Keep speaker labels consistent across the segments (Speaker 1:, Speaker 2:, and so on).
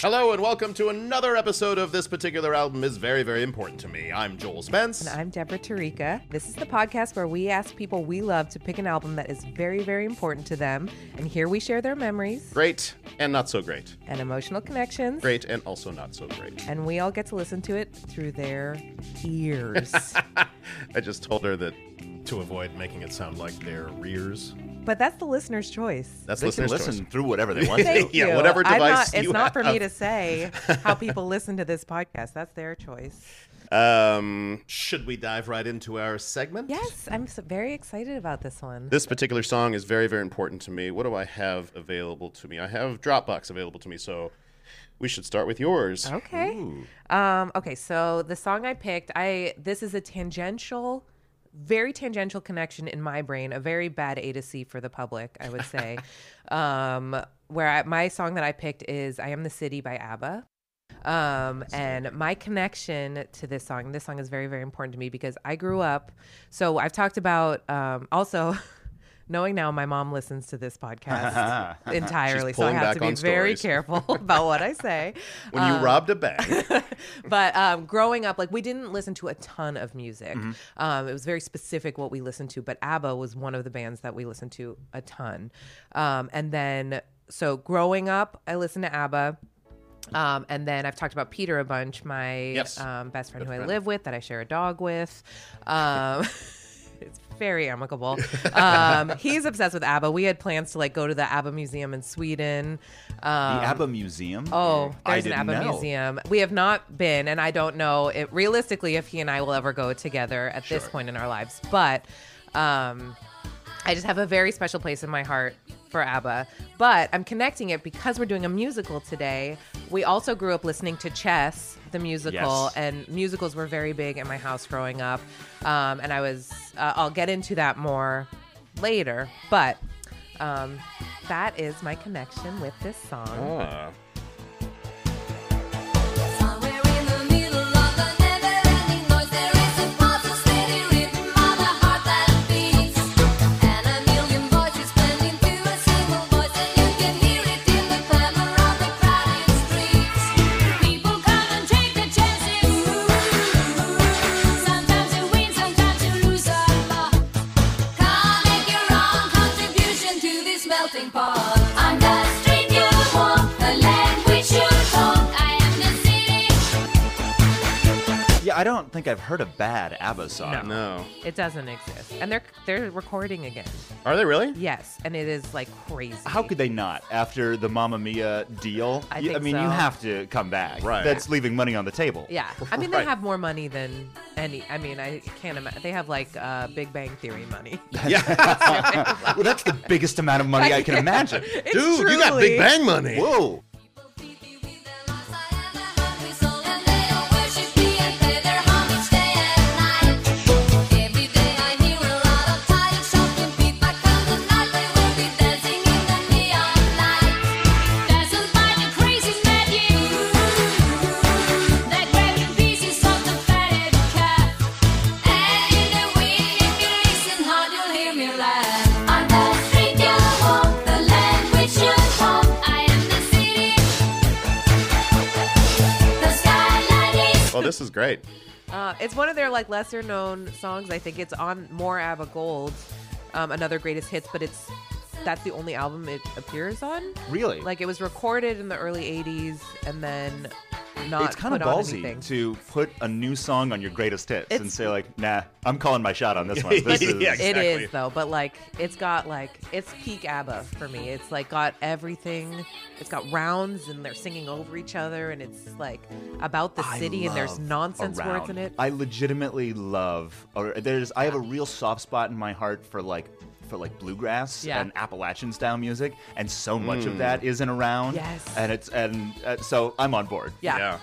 Speaker 1: Hello and welcome to another episode of this particular album is very very important to me. I'm Joel Spence.
Speaker 2: I'm Deborah Tarika. This is the podcast where we ask people we love to pick an album that is very, very important to them. And here we share their memories
Speaker 1: Great and not so great.
Speaker 2: and emotional connections.
Speaker 1: Great and also not so great.
Speaker 2: And we all get to listen to it through their ears.
Speaker 1: I just told her that to avoid making it sound like they're rears.
Speaker 2: but that's the listener's choice.
Speaker 1: That's
Speaker 3: They can
Speaker 1: listener's
Speaker 3: listen
Speaker 1: choice.
Speaker 3: through whatever they want to.
Speaker 2: Thank
Speaker 1: Yeah,
Speaker 2: you.
Speaker 1: whatever
Speaker 2: I'm
Speaker 1: device
Speaker 2: not, It's
Speaker 1: you
Speaker 2: not for me
Speaker 1: have.
Speaker 2: to say how people listen to this podcast. That's their choice.
Speaker 1: Um, should we dive right into our segment?
Speaker 2: Yes, I'm so very excited about this one.
Speaker 1: This particular song is very very important to me. What do I have available to me? I have Dropbox available to me, so we should start with yours.
Speaker 2: Okay. Um, okay, so the song I picked, I this is a tangential, very tangential connection in my brain, a very bad A to C for the public, I would say. um, where I, my song that I picked is "I Am the City" by ABBA. Um, and my connection to this song, this song is very, very important to me because I grew up. So I've talked about um, also. Knowing now, my mom listens to this podcast entirely, so I
Speaker 1: pulling
Speaker 2: have
Speaker 1: back
Speaker 2: to be
Speaker 1: on
Speaker 2: very
Speaker 1: stories.
Speaker 2: careful about what I say.
Speaker 1: When you robbed a bank,
Speaker 2: but um, growing up, like we didn't listen to a ton of music. Um, it was very specific what we listened to, but ABBA was one of the bands that we listened to a ton. Um, and then, so growing up, I listened to ABBA. Um, and then I've talked about Peter a bunch, my
Speaker 1: Yes.
Speaker 2: um, best friend who I live with, that I share a dog with. Um, it's very amicable. Um, he's obsessed with ABBA. We had plans to like go to the ABBA museum in Sweden.
Speaker 3: The
Speaker 2: Um,
Speaker 3: ABBA Museum.
Speaker 2: Oh,
Speaker 3: I
Speaker 2: there's an
Speaker 3: didn't
Speaker 2: ABBA
Speaker 3: know.
Speaker 2: museum. We have not been, and I don't know if, realistically if he and I will ever go together at this point in our lives. But um, I just have a very special place in my heart for ABBA. But I'm connecting it because we're doing a musical today. We also grew up listening to Chess, the musical,
Speaker 3: Yes.
Speaker 2: and musicals were very big in my house growing up. Um, and I was, uh, I'll get into that more later. But um, that is my connection with this song.
Speaker 1: Ah.
Speaker 4: Somewhere in the middle of the never-ending noise, there is a pulse steady rhythm of a heart that beats, and a million voices blend into a single voice, and you can hear it in the clamor of the crowded streets. People come and take their chances. Sometimes you win, sometimes you lose a lot. Come make your own contribution to this melting pot. I'm the street you walk, the language you talk. I am the city.
Speaker 3: Yeah, I don't think I've heard a bad ABBA song.
Speaker 1: no.
Speaker 2: It doesn't exist. And they're they're recording again.
Speaker 1: Are they really?
Speaker 2: Yes, and it is like crazy.
Speaker 3: How could they not after the Mamma Mia deal?
Speaker 2: I
Speaker 3: You-
Speaker 2: think
Speaker 3: mean,
Speaker 2: so.
Speaker 3: you have to come back.
Speaker 1: Right.
Speaker 3: That's leaving money on the table.
Speaker 2: Yeah. I mean
Speaker 1: Right.
Speaker 2: they have more money than any I mean I can't imagine they have like uh Big Bang Theory money.
Speaker 3: well, that's the biggest amount of money I can imagine.
Speaker 2: It's
Speaker 1: Dude, you got Big
Speaker 2: truly-
Speaker 1: Bang money.
Speaker 3: Whoa.
Speaker 4: I'm the street you walk, the language you talk. I am the city. The skyline is
Speaker 1: Well, Oh, this is great.
Speaker 2: Uh, it's one of their like lesser known songs. I think it's on more ABBA Gold, um, another greatest hits, but it's that's the only album it appears on.
Speaker 3: Really?
Speaker 2: Like it was recorded in the early '80s and then not
Speaker 3: it's kind of
Speaker 2: put on
Speaker 3: ballsy
Speaker 2: anything.
Speaker 3: to put a new song on your greatest hits and
Speaker 2: It's-
Speaker 3: say like, "Nah, I'm calling my shot on this one." This is
Speaker 1: Yeah, exactly.
Speaker 2: It is though, but like it's got like it's peak ABBA for me. It's like got everything. It's got rounds and they're singing over each other, and it's like about the
Speaker 3: I
Speaker 2: city, and there's
Speaker 3: love
Speaker 2: nonsense
Speaker 3: around.
Speaker 2: words in it.
Speaker 3: I legitimately love, or there's, I have a real soft spot in my heart for like, for like bluegrass
Speaker 2: Yeah.
Speaker 3: and Appalachian style music, and so much of that is in around.
Speaker 2: Yes.
Speaker 3: and it's and uh, so I'm on board.
Speaker 2: yeah.
Speaker 1: yeah.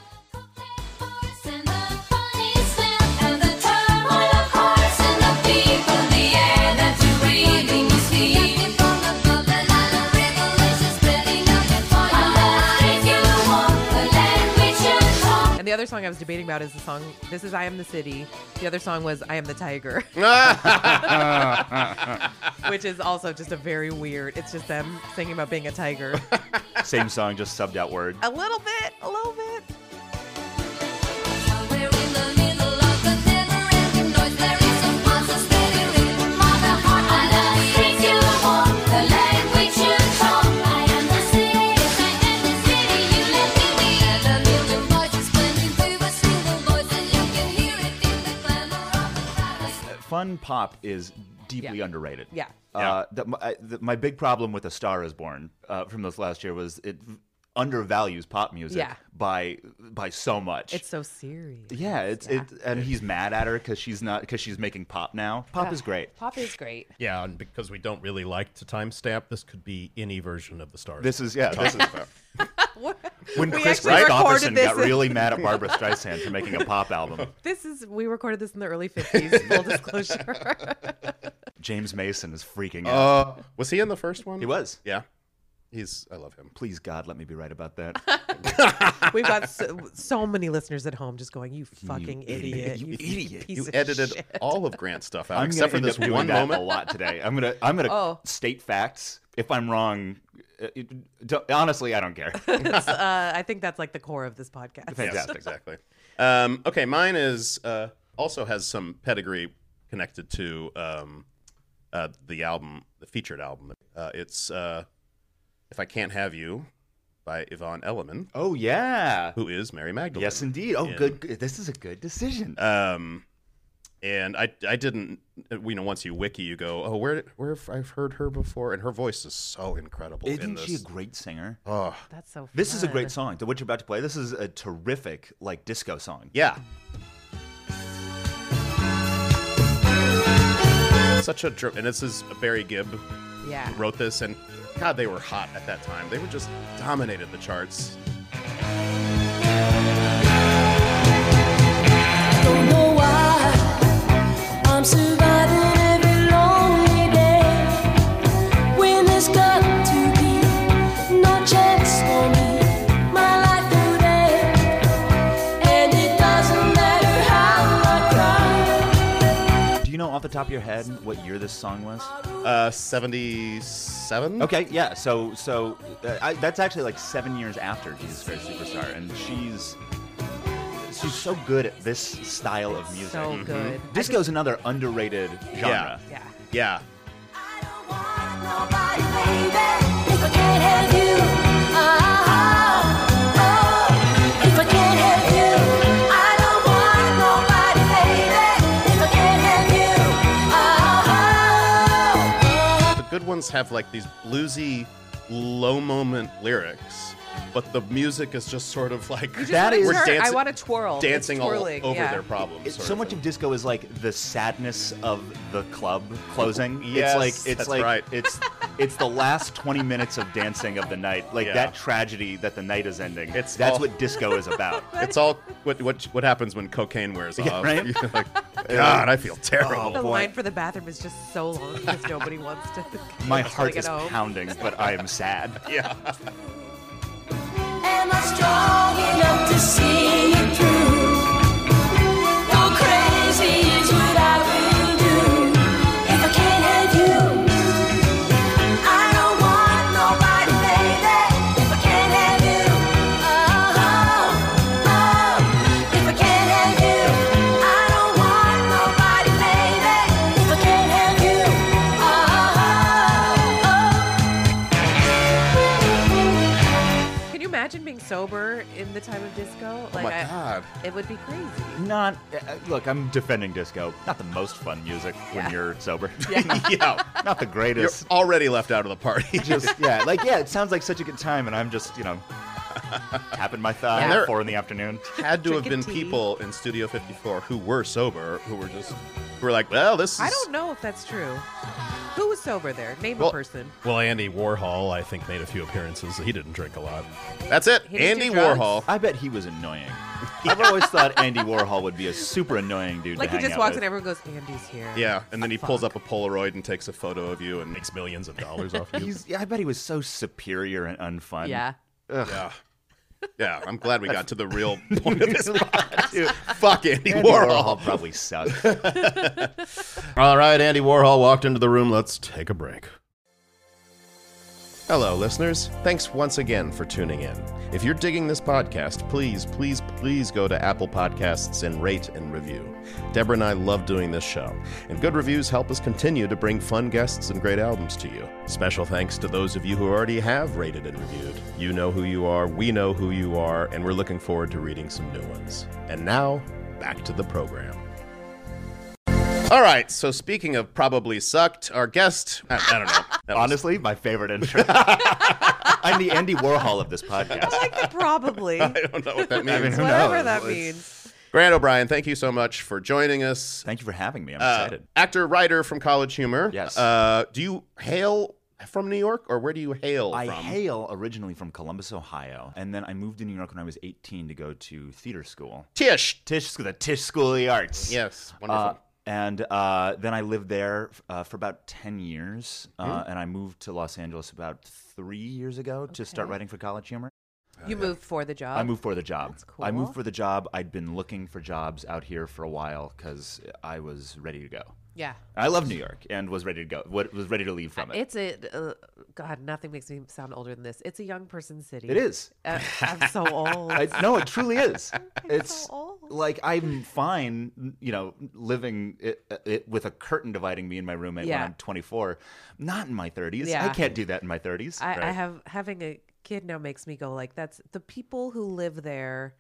Speaker 4: and the funny smell and the turmoil of cars and the people, the air that you're breathing is heat. from above, the line of revolution spreading out before your eyes. you walk, the language you talk.
Speaker 2: And the the other song I was debating about is the song "This Is I Am the City." The other song was "I Am the Tiger," which is also just a very weird. It's just them singing about being a tiger.
Speaker 3: Same song, just subbed out word.
Speaker 2: a little bit, a little bit.
Speaker 4: Somewhere in the middle of the never-ending noise, there is a constant steady rhythm of the heart. I love the streets you walk, the language you talk. I am the city, I am the city you let me be. And a million voices blending through a single voice, and you can hear it in the clamor of the crowd.
Speaker 3: Fun pop is deeply
Speaker 2: Yeah.
Speaker 3: underrated.
Speaker 2: Yeah.
Speaker 3: Uh, the, my, I- the, my big problem with A Star Is Born uh, from this last year was it undervalues pop music
Speaker 2: Yeah.
Speaker 3: by by so much.
Speaker 2: It's so serious.
Speaker 3: yeah, it's it, and he's mad at her because she's not because she's making pop now. Pop is great.
Speaker 2: Pop is great.
Speaker 5: Yeah, and because we don't really like to timestamp, this could be any version of the stars.
Speaker 3: This is yeah. This is when
Speaker 2: We
Speaker 3: Chris
Speaker 2: actually
Speaker 3: Christopherson
Speaker 2: recorded this
Speaker 3: got
Speaker 2: in-
Speaker 3: really mad at Barbara Streisand for making a pop album.
Speaker 2: This is we recorded this in the early fifties. full disclosure.
Speaker 3: James Mason is freaking out.
Speaker 1: Uh, was he in the first one?
Speaker 3: he was.
Speaker 1: Yeah. He's. I love him.
Speaker 3: Please God, let me be right about that.
Speaker 2: We've got so, so many listeners at home just going, "You fucking idiot!
Speaker 3: You idiot.
Speaker 2: piece
Speaker 1: You
Speaker 2: of
Speaker 1: edited
Speaker 2: shit."
Speaker 1: all of Grant's stuff out
Speaker 3: I'm
Speaker 1: except for
Speaker 3: gonna
Speaker 1: this
Speaker 3: end up doing
Speaker 1: one
Speaker 3: that
Speaker 1: moment.
Speaker 3: a lot today. I'm gonna I'm gonna
Speaker 2: Oh.
Speaker 3: state facts. If I'm wrong, uh, it- don't- honestly, I don't care.
Speaker 2: It's, uh, I think that's like the core of this podcast.
Speaker 3: Thank-
Speaker 1: Yes,
Speaker 3: Fantastic.
Speaker 1: exactly. Um, okay, mine is uh, also has some pedigree connected to um, uh, the album, the featured album. Uh, it's uh, "If I Can't Have You" by Yvonne Elliman,
Speaker 3: oh yeah,
Speaker 1: who is Mary Magdalene.
Speaker 3: yes indeed. Oh
Speaker 1: Yeah.
Speaker 3: good. good. This is a good decision.
Speaker 1: Um, and I, I didn't, you know, once you wiki, you go, oh, where, where have I've heard her before, and her voice is so incredible in
Speaker 3: Isn't
Speaker 1: this.
Speaker 3: she a great singer?
Speaker 1: oh,
Speaker 2: That's so. Fun.
Speaker 3: This is a great song. The what you're about to play. This is a terrific like disco song.
Speaker 1: yeah. Such a drip, and this is uh, Barry Gibb
Speaker 2: Yeah.
Speaker 1: wrote this, and God, they were hot at that time. They were just dominated the charts.
Speaker 6: Don't know why I'm surviving every lonely day. When there's got to be no chance for me, my life would end. And it doesn't matter how I cry.
Speaker 3: Do you know off the top of your head what year this song was?
Speaker 1: Uh, 77?
Speaker 3: Okay, yeah. So so uh, I, that's actually like seven years after Jesus Christ Superstar, and she's she's so good at this style of music. Mm-hmm.
Speaker 2: So good.
Speaker 3: Disco is another underrated genre.
Speaker 1: Yeah. Yeah.
Speaker 2: Yeah.
Speaker 6: I don't want nobody, baby. If I can't have you, ah, oh. If I can't have you, I don't want nobody, baby. If I can't have you, ah, oh.
Speaker 1: The good ones have like these bluesy, low moment lyrics, but the music is just sort of like
Speaker 3: That is-
Speaker 1: we're
Speaker 2: Turn- I
Speaker 1: dancing-
Speaker 2: want to twirl. It's
Speaker 1: dancing all
Speaker 2: twirling,
Speaker 1: over
Speaker 2: yeah.
Speaker 1: their problems.
Speaker 3: It's
Speaker 1: sort
Speaker 3: so much of
Speaker 1: thing.
Speaker 3: disco is like the sadness of the club closing.
Speaker 1: Yes,
Speaker 3: it's like it's
Speaker 1: that's
Speaker 3: like
Speaker 1: right.
Speaker 3: it's it's the last 20 minutes of dancing of the night, like
Speaker 1: Yeah.
Speaker 3: that tragedy that the night is ending.
Speaker 1: It's
Speaker 3: that's
Speaker 1: all-
Speaker 3: what disco is about.
Speaker 1: It's all what what what happens when cocaine wears off.
Speaker 3: right? Oh,
Speaker 1: You're like, God, I feel
Speaker 2: The
Speaker 1: terrible.
Speaker 3: Boy.
Speaker 2: line for the bathroom is just so long because nobody wants to.
Speaker 3: My
Speaker 2: wants to
Speaker 3: heart
Speaker 2: get
Speaker 3: is
Speaker 2: home.
Speaker 3: pounding, but I am sad.
Speaker 1: Yeah.
Speaker 6: Am I strong enough to see it through? Go crazy is what I will do. If I can't have you, I don't want nobody, baby. If I can't have you, oh, oh, oh. If I can't have you, I don't want nobody, baby. If I can't have you, Uh-huh, oh, oh, oh.
Speaker 2: Can you imagine being sober in the time of disco? Like,
Speaker 1: my
Speaker 2: I-
Speaker 1: God.
Speaker 2: it would be crazy.
Speaker 3: Not uh, look, I'm defending disco. Not the most fun music when you're sober.
Speaker 1: yeah.
Speaker 3: Not the
Speaker 1: You're
Speaker 3: greatest.
Speaker 1: already left out of the party.
Speaker 3: just yeah, like yeah, it sounds like such a good time, and I'm just you know tapping my thigh
Speaker 1: Yeah.
Speaker 3: at four in the afternoon.
Speaker 1: had to have
Speaker 2: Drinking
Speaker 1: been
Speaker 2: tea.
Speaker 1: people in Studio 54 who were sober, who were just who were like, well, this is
Speaker 2: I don't know if that's true. Who was sober there? Name
Speaker 1: Well-
Speaker 2: a person.
Speaker 5: well, Andy Warhol, I think, made a few appearances. He didn't drink a lot.
Speaker 1: That's it.
Speaker 2: He didn't
Speaker 1: Andy
Speaker 2: do drugs?
Speaker 1: Warhol.
Speaker 3: I bet he was annoying. I've always thought Andy Warhol would be a super annoying dude.
Speaker 2: Like he
Speaker 3: to hang
Speaker 2: just
Speaker 3: out
Speaker 2: walks
Speaker 3: with.
Speaker 2: and everyone goes, "Andy's here."
Speaker 1: Yeah, and then he pulls up a Polaroid and takes a photo of you and makes
Speaker 5: Makes millions of dollars off you.
Speaker 3: He's, yeah, I bet he was so superior and unfun.
Speaker 2: Yeah.
Speaker 1: yeah. Yeah, I'm glad we got to the real point of this. podcast.
Speaker 3: Dude,
Speaker 1: Fuck Andy,
Speaker 3: Andy
Speaker 1: Warhol.
Speaker 3: Warhol probably sucked.
Speaker 5: All right, Andy Warhol walked into the room. Let's take a break. Hello, listeners. Thanks once again for tuning in. If you're digging this podcast, please, please, please go to Apple Podcasts and rate and review. Deborah and I love doing this show, and good reviews help us continue to bring fun guests and great albums to you. Special thanks to those of you who already have rated and reviewed. You know who you are, we know who you are, and we're looking forward to reading some new ones. And now, back to the program.
Speaker 1: All right, so speaking of probably sucked, our guest, I, I don't know. That was-
Speaker 3: Honestly, my favorite intro. I'm the Andy Warhol of this
Speaker 2: Oh
Speaker 3: podcast.
Speaker 2: Probably.
Speaker 1: I don't know what that means.
Speaker 3: I mean, who
Speaker 2: Whatever
Speaker 3: knows?
Speaker 2: that
Speaker 3: It's-
Speaker 2: means.
Speaker 1: Grant O'Brien, thank you so much for joining us.
Speaker 3: Thank you for having me. I'm
Speaker 1: Uh,
Speaker 3: excited.
Speaker 1: actor, writer from College Humor.
Speaker 3: Yes.
Speaker 1: Uh, do you hail from New York, or where do you hail
Speaker 3: I
Speaker 1: from?
Speaker 3: hail originally from Columbus, Ohio, and then I moved to New York when I was 18 to go to theater school.
Speaker 1: Tish.
Speaker 3: Tisch School, the Tisch School of the Arts.
Speaker 1: Yes, wonderful.
Speaker 3: Uh, and uh, then I lived there uh, for about 10 years, uh,
Speaker 2: Hmm.
Speaker 3: and I moved to Los Angeles about three years ago to start writing for College Humor.
Speaker 2: You moved for the job.
Speaker 3: I moved for the job.
Speaker 2: Oh, that's
Speaker 3: I
Speaker 2: cool.
Speaker 3: moved for the job. I'd been looking for jobs out here for a while because I was ready to go.
Speaker 2: Yeah.
Speaker 3: I love New York and was ready to go. What was ready to leave from it.
Speaker 2: It's a uh, God. Nothing makes me sound older than this. It's a young person city.
Speaker 3: it is.
Speaker 2: Uh, I'm so old.
Speaker 3: I, no, it truly is. It's
Speaker 2: old.
Speaker 3: like I'm fine, you know, living it, it with a curtain dividing me and my roommate
Speaker 2: Yeah.
Speaker 3: when I'm 24. Not in my 30s. I
Speaker 2: Yeah.
Speaker 3: can't do that in my 30s.
Speaker 2: I, I
Speaker 5: Right.
Speaker 2: have having a kid now makes me go like that's the people who live there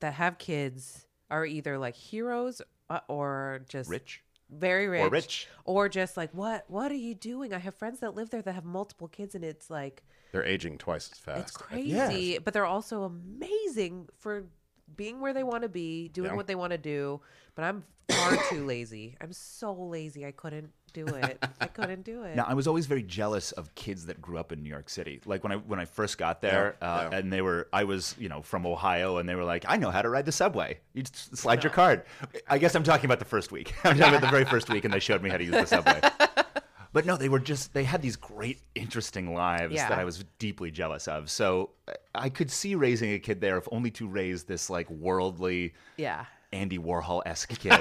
Speaker 2: that have kids are either like heroes uh, or just
Speaker 3: Rich.
Speaker 2: very rich,
Speaker 3: Or rich.
Speaker 2: or just like what what are you doing? I have friends that live there that have multiple kids, and it's like
Speaker 1: They're aging twice as fast.
Speaker 2: it's crazy, but they're also amazing for being where they want to be, doing
Speaker 1: Yeah.
Speaker 2: what they want to do. But I'm far too lazy. I'm so lazy. I couldn't do it. I couldn't do it.
Speaker 3: Now, I was always very jealous of kids that grew up in New York City. Like when I when I first got there,
Speaker 1: Yeah,
Speaker 3: uh,
Speaker 1: yeah.
Speaker 3: and they were I was you know from Ohio, and they were like, I know how to ride the subway. You just slide your card. I guess I'm talking about the first week. I'm talking about the very first week, and they showed me how to use the subway. But no, they were just they had these great, interesting lives
Speaker 2: Yeah.
Speaker 3: that I was deeply jealous of. So I- I could see raising a kid there if only to raise this like worldly
Speaker 2: yeah.
Speaker 3: Andy Warhol esque kid.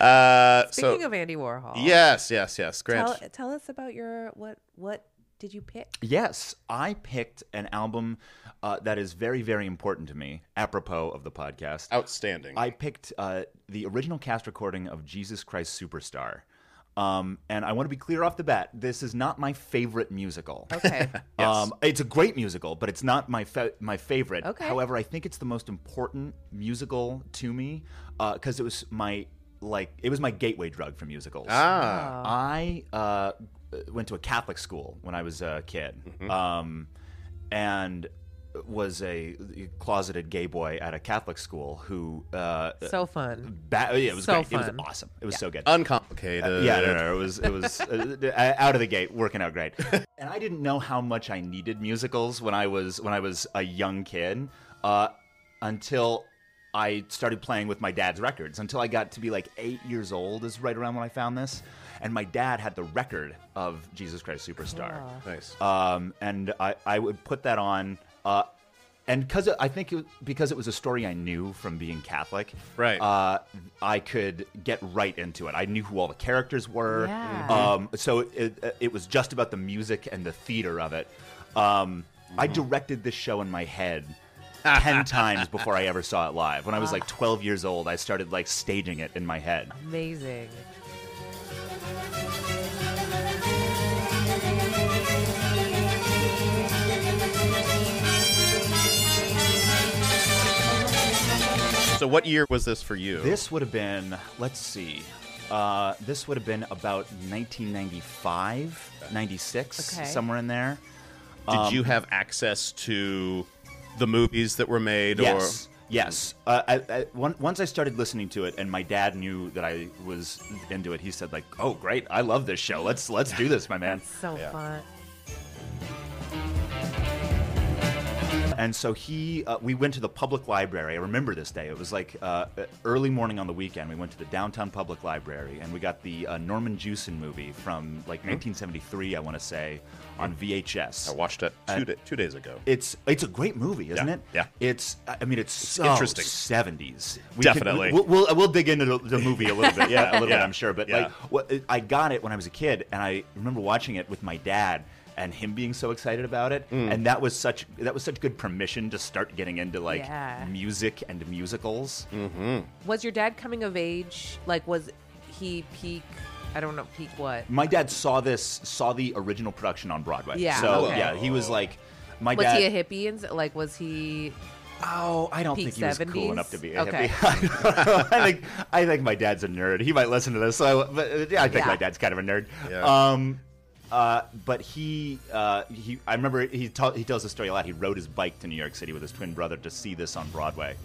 Speaker 1: Uh,
Speaker 2: Speaking
Speaker 1: so,
Speaker 2: of Andy Warhol,
Speaker 1: yes, yes, yes. Grant,
Speaker 2: Tell, tell us about your what what did you pick?
Speaker 3: Yes, I picked an album uh, that is very, very important to me, apropos of the podcast.
Speaker 1: Oh. outstanding.
Speaker 3: I picked uh, the original cast recording of Jesus Christ Superstar. Um, and I want to be clear off the bat this is not my favorite musical.
Speaker 2: Okay.
Speaker 3: Um, it's a great musical, but it's not my fa- my favorite.
Speaker 2: Okay.
Speaker 3: However, I think it's the most important musical to me because it was my like it was my gateway drug for musicals. Ah. I uh, went to a Catholic school when I was a kid, um, and was a closeted gay boy at a Catholic school who uh,
Speaker 2: so fun.
Speaker 3: ba- yeah, it was
Speaker 2: so
Speaker 3: great. It
Speaker 2: fun.
Speaker 3: was awesome. It was so good
Speaker 1: Uncomplicated.
Speaker 3: Uh, yeah, no, no, it was it was uh, uh, out of the gate working out great. And I didn't know how much I needed musicals when I was when I was a young kid uh, until I started playing with my dad's records. Until I got to be like eight years old is right around when I found this, and my dad had the record of Jesus Christ Superstar
Speaker 1: Nice.
Speaker 3: um, and I, I would put that on. Uh, and because I think it, because it was a story I knew from being Catholic,
Speaker 1: Right.
Speaker 3: Uh, I could get right into it. I knew who all the characters were.
Speaker 2: Yeah.
Speaker 3: Um, so it, it, it was just about the music and the theater of it. Um, I directed this show in my head. 10 times before I ever saw it live. When I was like 12 years old, I started like staging it in my head.
Speaker 2: Amazing.
Speaker 1: so, what year was this for you?
Speaker 3: This would have been, let's see, uh, this would have been about 1995, 96,
Speaker 2: Okay.
Speaker 3: somewhere in there.
Speaker 1: Did
Speaker 3: um,
Speaker 1: you have access to the movies that were made?
Speaker 3: Yes. Yes. Uh, I, I, on- once I started listening to it, and my dad knew that I was into it, he said, "Like, oh, great! I love this show. Let's let's do this, my man."
Speaker 2: So fun.
Speaker 3: and so he, uh, we went to the public library. I remember this day. It was like uh, early morning on the weekend. We went to the downtown public library and we got the uh, Norman Jewison movie from like 1973, I want to say, on VHS.
Speaker 1: I watched it two, da- two days ago.
Speaker 3: It's it's a great movie, isn't
Speaker 1: Yeah,
Speaker 3: it?
Speaker 1: yeah.
Speaker 3: It's I mean it's so
Speaker 1: interesting.
Speaker 3: Seventies.
Speaker 1: Definitely.
Speaker 3: we'll, we'll we'll dig into the, the movie a little bit. Yeah, a little bit.
Speaker 1: Yeah.
Speaker 3: I'm sure. But
Speaker 1: Yeah.
Speaker 3: like, what, I got it when I was a kid, and I remember watching it with my dad and him being so excited about it,
Speaker 1: Mm.
Speaker 3: and that was such that was such good permission to start getting into like
Speaker 2: Yeah.
Speaker 3: music and musicals.
Speaker 1: Mm.
Speaker 2: Was your dad coming of age? Like, was he peak? I don't know, peak what?
Speaker 3: My dad saw this saw the original production on Broadway.
Speaker 2: Yeah,
Speaker 3: So
Speaker 2: okay.
Speaker 3: yeah, he was like. My
Speaker 2: Was
Speaker 3: dad,
Speaker 2: he a hippie? And s- like, was he?
Speaker 3: Oh, I don't
Speaker 2: Peak
Speaker 3: think he was
Speaker 2: 70s?
Speaker 3: cool enough to be a
Speaker 2: Okay.
Speaker 3: hippie. I think I think my dad's a nerd. He might listen to this, so but uh, yeah, I think
Speaker 2: Yeah.
Speaker 3: my dad's kind of a nerd.
Speaker 1: Yeah.
Speaker 3: Um, uh, but he uh, he I remember he ta- he tells the story a lot. He rode his bike to New York City with his twin brother to see this on Broadway.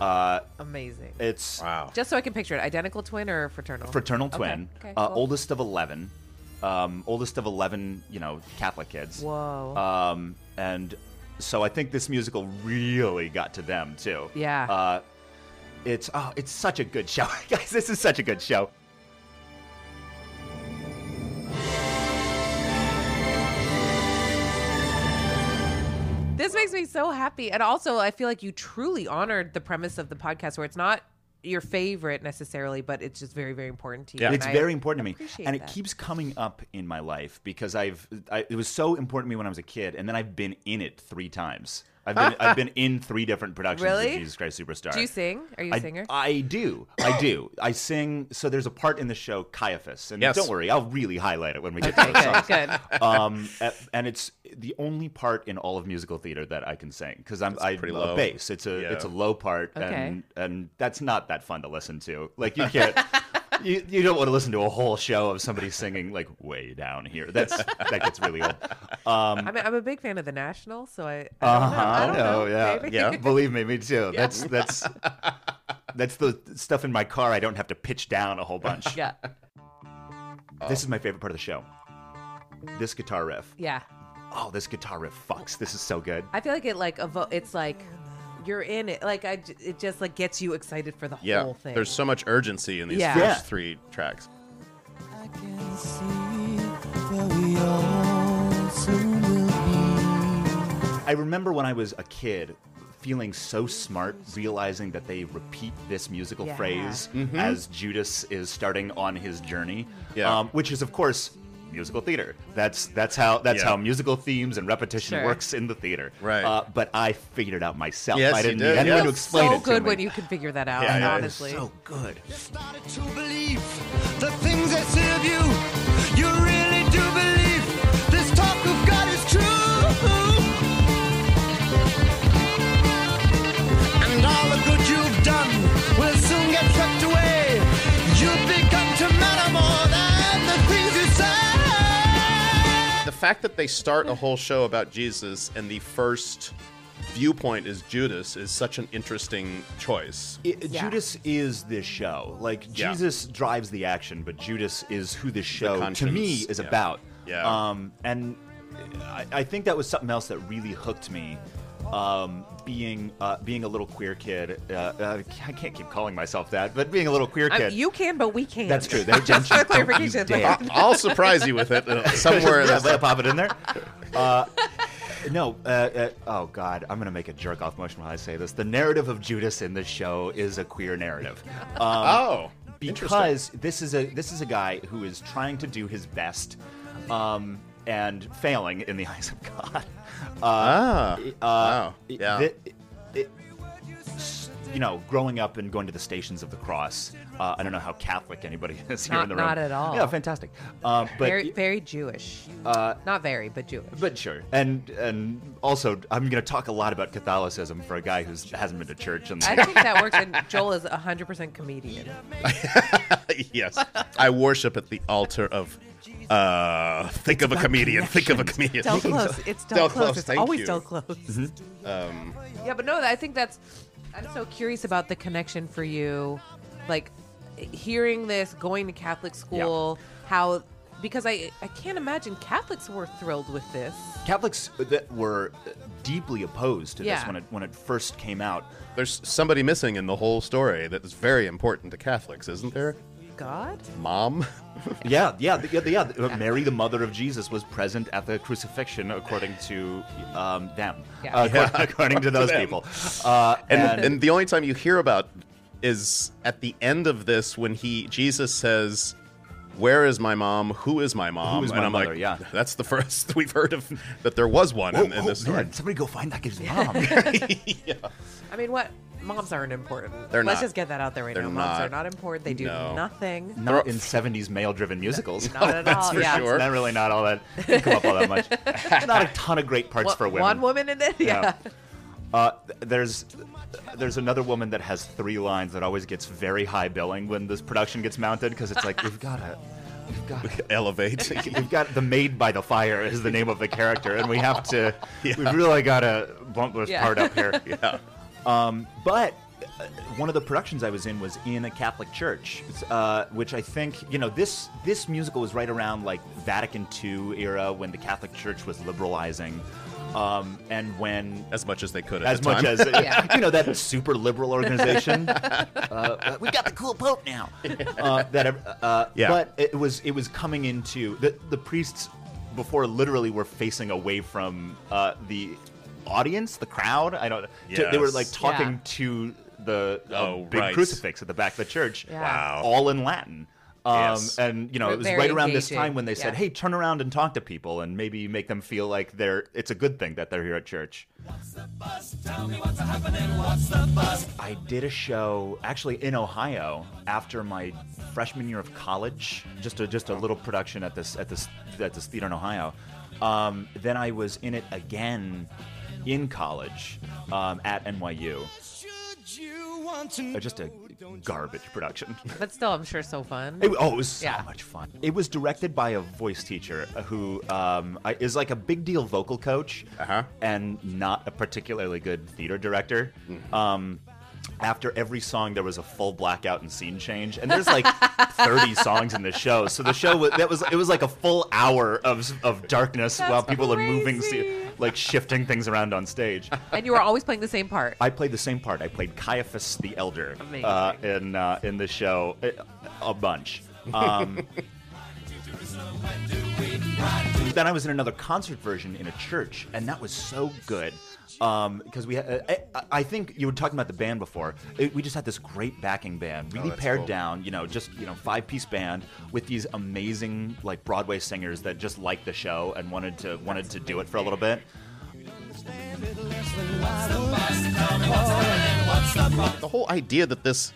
Speaker 3: Uh,
Speaker 2: Amazing.
Speaker 3: it's
Speaker 1: Wow.
Speaker 2: Just so I can picture it, identical twin or fraternal?
Speaker 3: fraternal
Speaker 2: Okay,
Speaker 3: twin,
Speaker 2: okay,
Speaker 3: uh,
Speaker 2: cool.
Speaker 3: oldest of eleven, um, oldest of eleven, you know, Catholic kids.
Speaker 2: Whoa.
Speaker 3: Um, and so I think this musical really got to them too.
Speaker 2: Yeah.
Speaker 3: Uh, it's oh, it's such a good show, guys. This is such a good show.
Speaker 2: This makes me so happy. And also, I feel like you truly honored the premise of the podcast where it's not your favorite necessarily, but it's just very, very important to you.
Speaker 1: Yeah.
Speaker 2: And
Speaker 3: It's
Speaker 2: I-
Speaker 3: very important to me,
Speaker 2: appreciate
Speaker 3: and it
Speaker 2: that.
Speaker 3: keeps coming up in my life because I've I, it was so important to me when I was a kid, and then I've been in it three times. I've been I've been in three different productions of
Speaker 2: Really?
Speaker 3: Jesus Christ Superstar.
Speaker 2: Do you sing? Are you a
Speaker 3: I,
Speaker 2: singer?
Speaker 3: I do. I do. I sing. So there's a part in the show, Caiaphas, and
Speaker 1: Yes.
Speaker 3: don't worry, I'll really highlight it when we get to
Speaker 2: okay,
Speaker 3: the songs.
Speaker 2: good, good.
Speaker 3: um, a- and it's the only part in all of musical theater that I can sing because I'm I,
Speaker 1: pretty
Speaker 3: a
Speaker 1: low.
Speaker 3: bass. It's a
Speaker 1: Yeah.
Speaker 3: it's a low part,
Speaker 2: Okay.
Speaker 3: and and that's not that fun to listen to. Like you can't. You, you don't want to listen to a whole show of somebody singing like way down here. That's that gets really old. Um,
Speaker 2: I mean, I'm a big fan of The National, so I, I don't know.
Speaker 3: uh-huh,
Speaker 2: I don't know.
Speaker 3: yeah,
Speaker 2: maybe.
Speaker 3: yeah. Believe me, me too. That's that's that's the stuff in my car. I don't have to pitch down a whole bunch.
Speaker 2: Yeah.
Speaker 3: This is my favorite part of the show. This guitar riff.
Speaker 2: Yeah.
Speaker 3: Oh, this guitar riff fucks. This is so good.
Speaker 2: I feel like it, like, evo- it's like you're in it. Like, I, j- it just, like, gets you excited for the
Speaker 1: Yeah.
Speaker 2: whole thing.
Speaker 1: There's so much urgency in these
Speaker 2: Yeah.
Speaker 1: first
Speaker 3: Yeah.
Speaker 1: three tracks.
Speaker 7: I can see that we all soon will be.
Speaker 3: I remember when I was a kid feeling so smart realizing that they repeat this musical
Speaker 2: Yeah.
Speaker 3: phrase
Speaker 1: Mm-hmm.
Speaker 3: as Judas is starting on his journey um,
Speaker 1: Yeah.
Speaker 3: which is of course musical theater that's that's how that's
Speaker 1: Yeah.
Speaker 3: how musical themes and repetition
Speaker 2: Sure.
Speaker 3: works in the theater
Speaker 1: Right.
Speaker 3: uh, but I figured it out myself
Speaker 1: Yes,
Speaker 3: I
Speaker 1: you
Speaker 3: didn't
Speaker 1: did,
Speaker 3: need anyone
Speaker 1: yeah.
Speaker 3: to explain
Speaker 2: so
Speaker 3: it to
Speaker 2: good
Speaker 3: me
Speaker 2: when you can figure that out,
Speaker 1: Yeah, yeah,
Speaker 2: honestly.
Speaker 3: so good
Speaker 7: started to believe the things that serve you. You really do believe this talk of God is true. And all the good you've done will soon get swept away. You'll become to matter more than the things you say.
Speaker 1: The fact that they start a whole show about Jesus and the first viewpoint is Judas is such an interesting choice.
Speaker 3: It-
Speaker 2: Yeah.
Speaker 3: Judas is this show. Like
Speaker 1: Yeah.
Speaker 3: Jesus drives the action, but Judas is who this show to
Speaker 1: conscience,
Speaker 3: me is
Speaker 1: yeah.
Speaker 3: about.
Speaker 1: Yeah.
Speaker 3: Um, and I, I think that was something else that really hooked me. Um, being uh, being a little queer kid, uh, uh, I can't keep calling myself that, but being a little queer
Speaker 2: I-
Speaker 3: kid.
Speaker 2: you can, but we can't.
Speaker 3: that's true. They're
Speaker 2: Just for clarification.
Speaker 3: Don't you
Speaker 2: like-
Speaker 3: dare.
Speaker 1: I- I'll surprise you with it uh, somewhere.
Speaker 3: Yeah,
Speaker 1: That's like,
Speaker 3: pop it in there. Uh, no, uh, uh, oh god, I'm gonna make a jerk off motion while I say this. The narrative of Judas in this show is a queer narrative. Um,
Speaker 1: oh, interesting.
Speaker 3: because this is a this is a guy who is trying to do his best um, and failing in the eyes of God. Uh,
Speaker 1: ah, wow,
Speaker 3: it-
Speaker 1: yeah.
Speaker 3: it- it- s- you know, growing up and going to the Stations of the Cross. Uh, I don't know how Catholic anybody is here
Speaker 2: Not-
Speaker 3: in the room.
Speaker 2: not at all.
Speaker 3: Yeah, fantastic. Um, but
Speaker 2: very, very Jewish. Not very, but Jewish.
Speaker 3: but sure, and and also, I'm going to talk a lot about Catholicism for a guy who hasn't been to church. And
Speaker 2: I think that works. And Joel is 100% comedian.
Speaker 1: yes, I worship at the altar of. Uh, think of a comedian. Think of a comedian.
Speaker 2: Del Close. It's Del,
Speaker 1: Del
Speaker 2: Close.
Speaker 1: Close,
Speaker 2: It's
Speaker 1: thank
Speaker 2: always
Speaker 1: you.
Speaker 2: Del Close.
Speaker 3: Mm-hmm. Um,
Speaker 2: yeah, but no, I think that's. I'm so curious about the connection for you. Like, hearing this, going to Catholic school, how because I I can't imagine Catholics were thrilled with this.
Speaker 3: Catholics that were deeply opposed to this
Speaker 2: Yeah.
Speaker 3: when it when it first came out.
Speaker 1: There's somebody missing in the whole story that is very important to Catholics, isn't there?
Speaker 2: God,
Speaker 1: Mom?
Speaker 3: Yeah, yeah, th- yeah, th- yeah. th- Mary, the mother of Jesus, was present at the crucifixion, according to um, them,
Speaker 2: Yeah.
Speaker 3: Uh, according, according to those
Speaker 1: them.
Speaker 3: people. Uh,
Speaker 1: And, and the only time you hear about is at the end of this when he Jesus says, "Where is my mom? Who is my mom?"
Speaker 3: Who is
Speaker 1: and
Speaker 3: my
Speaker 1: I'm
Speaker 3: mother?
Speaker 1: like,
Speaker 3: Yeah.
Speaker 1: that's the first we've heard of that there was one in, in
Speaker 3: oh,
Speaker 1: this story.
Speaker 3: man, somebody go find that kid's mom.
Speaker 2: I mean, what moms aren't important.
Speaker 1: They're
Speaker 2: Let's
Speaker 1: not.
Speaker 2: just get that out there right
Speaker 1: They're
Speaker 2: now. Moms
Speaker 1: not.
Speaker 2: are not important. They do
Speaker 1: No.
Speaker 2: nothing.
Speaker 3: not in '70s male-driven musicals.
Speaker 2: Not at
Speaker 1: that's
Speaker 2: all.
Speaker 1: for
Speaker 2: yeah.
Speaker 1: sure.
Speaker 3: Not really, not all that. Didn't come up all that much. not a ton of great parts
Speaker 2: One,
Speaker 3: for women.
Speaker 2: one woman in it. Yeah.
Speaker 3: Uh, th- there's there's another woman that has three lines that always gets very high billing when this production gets mounted because it's like we've got to we've got to
Speaker 1: Elevate.
Speaker 3: We've got the maid by the fire is the name of the character, and we have to. We've really got to bump this
Speaker 2: Yeah.
Speaker 3: part up here. Um,
Speaker 1: yeah.
Speaker 3: But uh, one of the productions I was in was in a Catholic church, uh, which I think you know this this musical was right around like Vatican II era when the Catholic Church was liberalizing, um, and when
Speaker 1: As much as they could at
Speaker 3: as
Speaker 1: the
Speaker 3: much
Speaker 1: time.
Speaker 3: as you know that super liberal organization. uh, uh, we got the cool pope now. Uh, that uh,
Speaker 1: Yeah.
Speaker 3: but it was it was coming into the the priests before literally were facing away from uh, the audience, the crowd. I don't. to- they were
Speaker 1: Yes.
Speaker 3: like talking
Speaker 2: Yeah.
Speaker 3: to the uh,
Speaker 1: Oh,
Speaker 3: big
Speaker 1: right.
Speaker 3: crucifix at the back of the church.
Speaker 2: Yeah. Wow.
Speaker 3: All in Latin. Um,
Speaker 1: Yes.
Speaker 3: And you know
Speaker 2: But
Speaker 3: it was
Speaker 2: very
Speaker 3: right around this
Speaker 2: engaging.
Speaker 3: time when they said,
Speaker 2: Yeah.
Speaker 3: "Hey, turn around and talk to people, and maybe make them feel like they're it's a good thing that they're here at church." I did a show actually in Ohio after my freshman year of college. Just a just a little production at this at this at this theater in Ohio. Um, then I was in it again in college um, at NYU.
Speaker 7: Should you want to
Speaker 3: Uh, Just a garbage production.
Speaker 2: But still, I'm sure so fun.
Speaker 3: It, oh, it was so
Speaker 2: Yeah.
Speaker 3: much fun. It was directed by a voice teacher who um, I- is like a big deal vocal coach
Speaker 1: Uh-huh.
Speaker 3: and not a particularly good theater director. Um, after every song, there was a full blackout and scene change, and there's like 30 songs in the show. So the show was, that was it was like a full hour of of darkness while people are moving,
Speaker 2: crazy.
Speaker 3: se- like shifting things around on stage.
Speaker 2: and you were always playing the same part.
Speaker 3: I played the same part. I played Caiaphas the Elder
Speaker 2: Amazing.
Speaker 3: uh, in uh, in the show uh, a bunch. Um, then I was in another concert version in a church, and that was so good because we. Had, I, I- I think you were talking about the band before. It, we just had this great backing band, really
Speaker 1: Oh, that's
Speaker 3: pared
Speaker 1: cool.
Speaker 3: down. You know, just you know, five piece band with these amazing like Broadway singers that just liked the show and wanted to wanted to do it for a little bit.
Speaker 1: The whole idea that this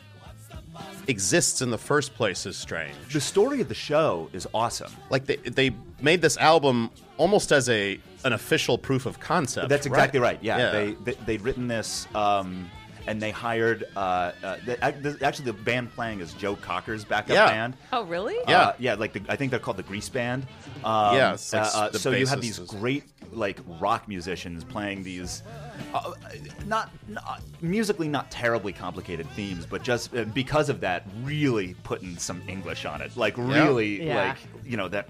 Speaker 1: exists in the first place is strange.
Speaker 3: The story of the show is awesome.
Speaker 1: Like they they made this album almost as a an official proof of concept.
Speaker 3: That's exactly right. Yeah,
Speaker 1: Yeah.
Speaker 3: they, they they'd written this, um, and they hired. Uh, uh, the, ac- the- actually, the band playing is Joe Cocker's backup
Speaker 1: Yeah.
Speaker 3: band.
Speaker 2: oh, really?
Speaker 1: Yeah.
Speaker 3: Uh, yeah, like the, I think they're called the Grease Band. Um,
Speaker 1: Yeah, it's like
Speaker 3: uh, uh,
Speaker 1: the
Speaker 3: so you have
Speaker 1: bassist
Speaker 3: these
Speaker 1: is-
Speaker 3: great like rock musicians playing these, uh, not, not musically not terribly complicated themes, but just uh, because of that, really putting some English on it. Like really,
Speaker 2: Yeah.
Speaker 3: like you know that.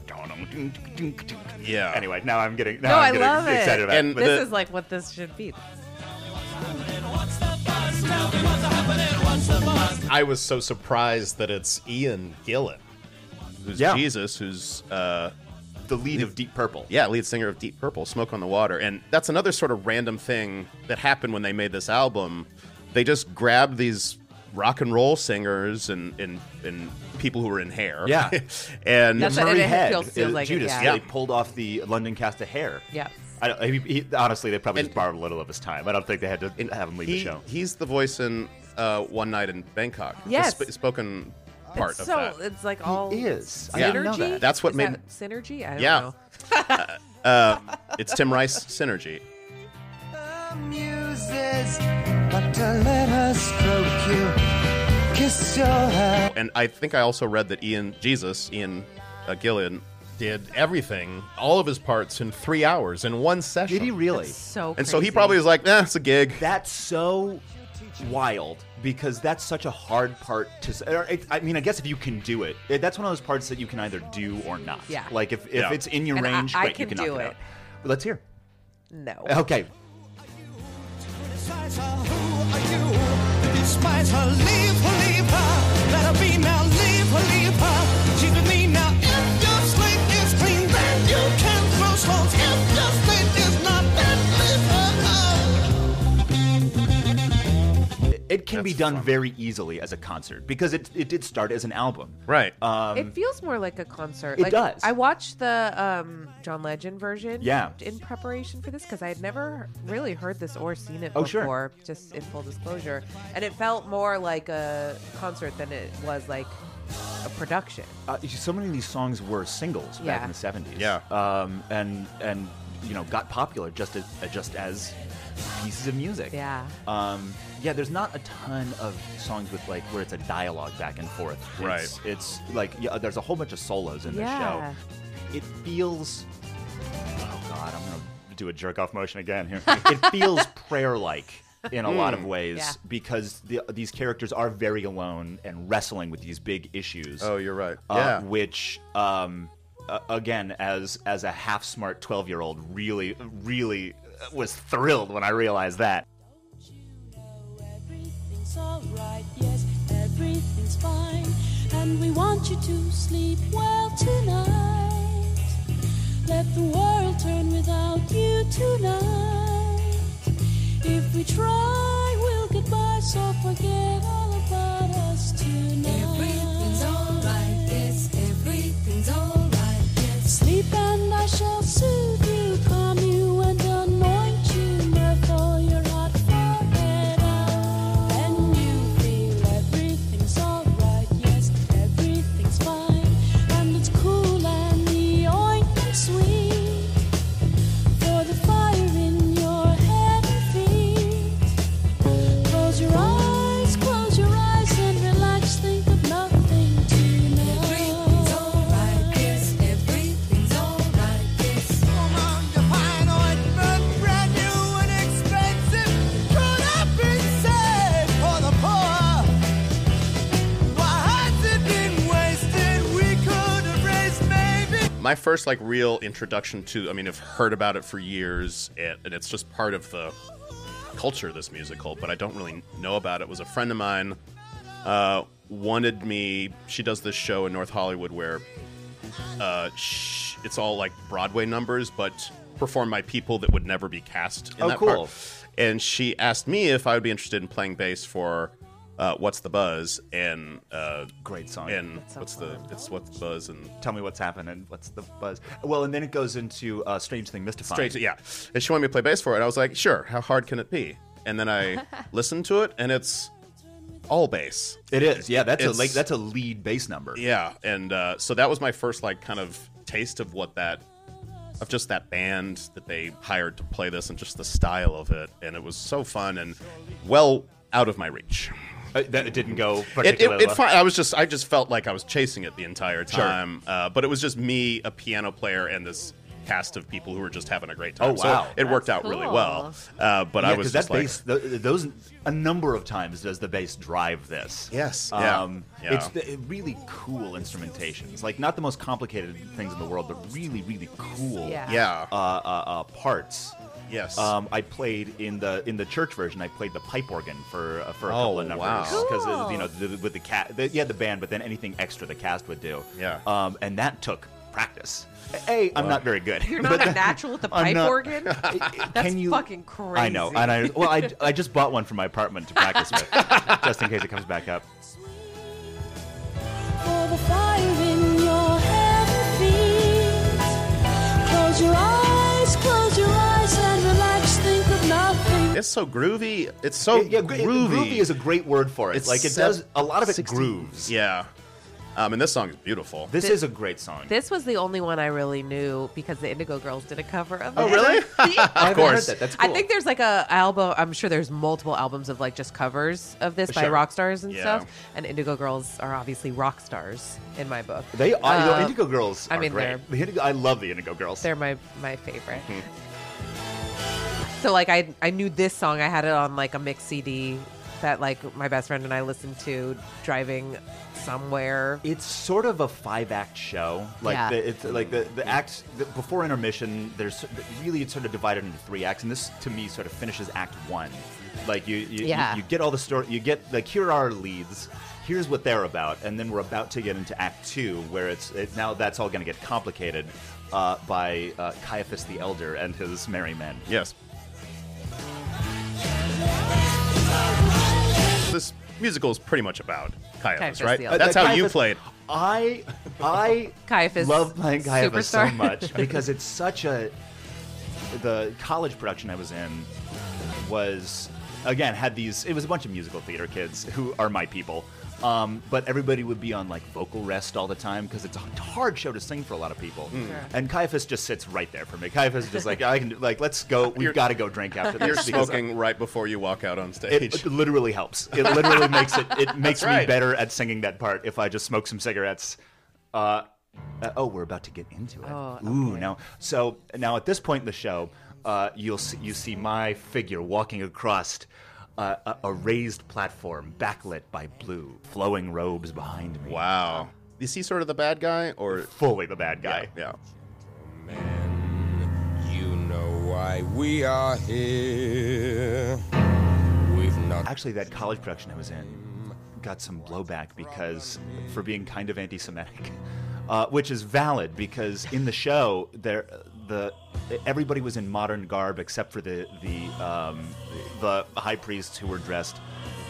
Speaker 1: Yeah.
Speaker 3: Anyway, now I'm getting now
Speaker 2: No, I
Speaker 3: I'm getting
Speaker 2: love it.
Speaker 3: excited about
Speaker 1: And
Speaker 3: it. but-
Speaker 2: this
Speaker 1: the-
Speaker 2: is like what this should be.
Speaker 1: I was so surprised that it's Ian Gillan, who's
Speaker 3: Yeah.
Speaker 1: Jesus, who's uh,
Speaker 3: the lead of Deep Purple.
Speaker 1: yeah, lead singer of Deep Purple, Smoke on the Water, and that's another sort of random thing that happened when they made this album. They just grabbed these rock and roll singers and and, and people who were in hair,
Speaker 3: Yeah.
Speaker 1: and
Speaker 2: That's what
Speaker 3: Murray
Speaker 2: it
Speaker 3: Head,
Speaker 2: feels- feels
Speaker 3: uh,
Speaker 2: like it,
Speaker 3: Judas,
Speaker 2: yeah.
Speaker 3: really
Speaker 1: Yeah.
Speaker 3: pulled off the London cast of hair.
Speaker 2: Yeah.
Speaker 3: I don't, he, he, honestly, they probably
Speaker 1: And-
Speaker 3: just borrowed a little of his time. I don't think they had to have him leave
Speaker 1: he,
Speaker 3: the show.
Speaker 1: he's the voice in uh, One Night in Bangkok, the
Speaker 2: Yes.
Speaker 1: sp- spoken part
Speaker 2: it's
Speaker 1: of
Speaker 2: so
Speaker 1: that.
Speaker 2: it's like all
Speaker 3: is. I
Speaker 2: synergy.
Speaker 1: didn't know
Speaker 3: that.
Speaker 1: That's what
Speaker 2: Is
Speaker 1: made-
Speaker 2: that synergy. I don't
Speaker 1: Yeah. Uh,
Speaker 2: know.
Speaker 1: It's Tim Rice Synergy.
Speaker 7: amuses, but to let her stroke you, kiss your head.
Speaker 1: And I think I also read that Ian Jesus, Ian uh, Gillan, did everything, all of his parts in three hours in one session.
Speaker 3: Did he really?
Speaker 2: So.
Speaker 1: And so he
Speaker 2: crazy.
Speaker 1: probably was like, "Nah, it's a gig."
Speaker 3: That's so wild because that's such a hard part to. s- Or it, I mean, I guess if you can do it, eh, that's one of those parts that you can either do or not.
Speaker 2: Yeah.
Speaker 3: Like if, if
Speaker 1: Yeah.
Speaker 3: it's in your
Speaker 2: And I-
Speaker 3: range,
Speaker 2: I
Speaker 3: great, you
Speaker 2: can
Speaker 3: knock
Speaker 2: do
Speaker 3: it.
Speaker 2: it.
Speaker 3: out. Let's hear.
Speaker 2: No.
Speaker 1: "Oh,
Speaker 3: Okay.
Speaker 7: Criticize her, who are you to despise her? Leave her, leave her. Let her be now, leave her, leave her. She's with me now. If your slate is clean, then you can throw stones. If your slate is not, then leave her alone.
Speaker 3: It can be done very easily as a concert because it, it did start as an album.
Speaker 1: Right.
Speaker 3: Uh,
Speaker 2: it feels more like a concert.
Speaker 3: it
Speaker 2: like,
Speaker 3: does.
Speaker 2: I watched the um, John Legend version.
Speaker 3: Yeah.
Speaker 2: In preparation for this, because I had never really heard this or seen it
Speaker 3: Oh, sure.
Speaker 2: before. Just in full disclosure, and it felt more like a concert than it was like a production.
Speaker 3: uh, so many of these songs were singles back
Speaker 2: Yeah.
Speaker 3: in the seventies.
Speaker 1: Yeah.
Speaker 3: um, and and you know got popular just as uh, just as pieces of music.
Speaker 2: Yeah.
Speaker 3: um, yeah. There's not a ton of songs with like where it's a dialogue back and forth. It's,
Speaker 1: Right.
Speaker 3: It's like yeah, there's a whole bunch of solos in
Speaker 2: Yeah.
Speaker 3: this show. It feels. Oh God, I'm gonna do a jerk off motion again here. it feels prayer like. In a lot of ways,
Speaker 2: Mm. Yeah.
Speaker 3: because the, these characters are very alone and wrestling with these big issues
Speaker 1: oh, you're right.
Speaker 3: uh,
Speaker 1: Yeah.
Speaker 3: which um, uh, again as as a half smart 12 year old really really uh, was thrilled when i realized that
Speaker 8: Everything's alright, yes, everything's fine. And we want you to sleep well tonight. Let the world turn without you tonight. If we try, we'll get by, so forget all about us tonight.
Speaker 4: Everything's alright, yes, everything's alright, yes.
Speaker 8: Sleep and I shall soothe you, calm you and anoint you, melt all your hot forehead out. Then you feel everything's alright, yes, everything's fine, and it's cool and the ointment sweet. For the fire in your head and feet. Close your eyes, close your eyes and relax, think of nothing
Speaker 4: Everything's alright,
Speaker 8: tonight.
Speaker 4: yes, everything's alright, yes.
Speaker 7: Among the fine ointment, brand new and expensive, could have been saved for the poor. Why has it been wasted? We could have raised maybe.
Speaker 1: my first like real introduction to i mean i've heard about it for years and, and it's just part of the culture this musical but i don't really know about it was a friend of mine uh, wanted me she does this show in north hollywood where uh, sh it's all like broadway numbers but performed by people that would never be cast in
Speaker 3: Oh,
Speaker 1: that
Speaker 3: cool.
Speaker 1: part and she asked me if i would be interested in playing bass for uh, what's the buzz and uh,
Speaker 3: great song
Speaker 1: and what's the it's what's the buzz and
Speaker 3: tell me what's happening what's the buzz well and then it goes into uh, strange thing mystifying
Speaker 1: straight to, yeah. And she wanted me to play bass for it. I was like, sure, how hard can it be? And then I listened to it and it's all bass.
Speaker 3: it is yeah that's
Speaker 1: It's-
Speaker 3: a like that's a lead bass number
Speaker 1: Yeah. And uh, so that was my first like kind of taste of what that of just that band that they hired to play this and just the style of it. And it was so fun and well out of my reach.
Speaker 3: Uh, that it didn't
Speaker 1: It,
Speaker 3: go
Speaker 1: it,
Speaker 3: particularly
Speaker 1: it
Speaker 3: well.
Speaker 1: fine. I was just I just felt like I was chasing it the entire time. Uh, but it was just me, a piano player, and this cast of people who were just having a great time.
Speaker 3: Oh,
Speaker 1: So
Speaker 3: wow.
Speaker 1: it worked out really
Speaker 2: cool.
Speaker 1: well. Uh, but I
Speaker 3: Yeah,
Speaker 1: was
Speaker 3: 'cause
Speaker 1: just
Speaker 3: that
Speaker 1: like,
Speaker 3: bass, th those a number of times does the bass drive this.
Speaker 1: Yes. Yeah.
Speaker 3: Um,
Speaker 1: Yeah.
Speaker 3: It's the, really cool instrumentations, like not the most complicated things in the world, but really, really cool.
Speaker 2: Yeah.
Speaker 1: Yeah.
Speaker 3: Uh, uh, uh, parts.
Speaker 1: yes.
Speaker 3: Um, I played in the in the church version. I played the pipe organ for uh, for a couple of
Speaker 1: Oh, wow.
Speaker 3: numbers because
Speaker 2: Cool.
Speaker 3: you know the, with the cat, the, yeah, the band, but then anything extra the cast would do.
Speaker 1: Yeah.
Speaker 3: Um, and that took practice. A, I'm not very good.
Speaker 2: You're
Speaker 3: but
Speaker 2: not a
Speaker 3: that-
Speaker 2: natural with the
Speaker 3: I'm
Speaker 2: pipe
Speaker 3: not-
Speaker 2: organ. That's fucking crazy.
Speaker 3: I know, and I well, I, I just bought one for my apartment to practice with, just in case it comes back up.
Speaker 8: For the fire in your head and feet. Close your eyes, close your eyes and relax, think of nothing.
Speaker 1: it's so groovy. It's so
Speaker 3: Yeah, gr-
Speaker 1: Oh, groovy.
Speaker 3: groovy is a great word for it.
Speaker 1: It's
Speaker 3: like it
Speaker 1: sev-
Speaker 3: does a lot of it
Speaker 1: 16.
Speaker 3: grooves.
Speaker 1: yeah. Um, and this song is beautiful.
Speaker 3: This is a great song.
Speaker 2: This was the only one I really knew because the Indigo Girls did a cover of it.
Speaker 1: oh, really?
Speaker 3: I haven't
Speaker 1: course.
Speaker 3: Heard that. That's
Speaker 2: I
Speaker 3: cool.
Speaker 2: think there's like a album. I'm sure there's multiple albums of like just covers of this by
Speaker 3: Sure.
Speaker 2: rock stars and
Speaker 1: Yeah.
Speaker 2: stuff. And Indigo Girls are obviously rock stars in my book.
Speaker 3: they are the
Speaker 2: Uh,
Speaker 3: Indigo Girls.
Speaker 2: I
Speaker 3: are
Speaker 2: mean,
Speaker 3: great.
Speaker 2: they're-
Speaker 3: The Indigo, I love the Indigo Girls.
Speaker 2: They're my my favorite.
Speaker 3: Mm-hmm.
Speaker 2: So like I I knew this song. I had it on like a mix CD that like my best friend and I listened to driving somewhere.
Speaker 3: It's sort of a five-act show. Like
Speaker 2: Yeah.
Speaker 3: the, it's like the the acts the, before intermission. There's really it's sort of divided into three acts, and this to me sort of finishes Act One. Like you, you, you-
Speaker 2: Yeah.
Speaker 3: you, get all the story. You get like here are our leads. Here's what they're about, and then we're about to get into Act Two, where it's it, now that's all going to get complicated uh, by uh, Caiaphas the Elder and his merry men.
Speaker 5: Yes.
Speaker 1: This musical is pretty much about Caiaphas,
Speaker 2: Caiaphas
Speaker 1: right?
Speaker 2: the Elder.
Speaker 1: That's
Speaker 3: Uh,
Speaker 1: how you
Speaker 3: Caiaphas-
Speaker 1: played.
Speaker 3: I I
Speaker 2: Caiaphas
Speaker 3: love playing Caiaphas so
Speaker 2: superstar.
Speaker 3: much because it's such a the college production I was in was again had these it was a bunch of musical theater kids who are my people. Um, but everybody would be on like vocal rest all the time because it's a hard show to sing for a lot of people.
Speaker 1: Hmm.
Speaker 3: And Caiaphas just sits right there for me. Caiaphas is just like I can do, like let's go. We've
Speaker 1: You're-
Speaker 3: got to go drink after this.
Speaker 1: You're
Speaker 3: because
Speaker 1: smoking right before you walk out on stage.
Speaker 3: it literally helps. It literally makes it. It makes me
Speaker 1: right.
Speaker 3: better at singing that part if I just smoke some cigarettes. Uh, uh, oh, we're about to get into it.
Speaker 2: Oh,
Speaker 3: Ooh, now so now at this point in the show, uh, you'll see, you see my figure walking across. Uh, a, a raised platform backlit by blue, flowing robes behind me.
Speaker 1: wow. Is he sort of the bad guy, or
Speaker 3: Fully the bad guy.
Speaker 1: yeah?
Speaker 9: Man, you know why we are here. We've not
Speaker 3: Actually, that college production I was in got some blowback because for being kind of anti-Semitic, uh, which is valid because in the show there the everybody was in modern garb except for the the um, the high priests who were dressed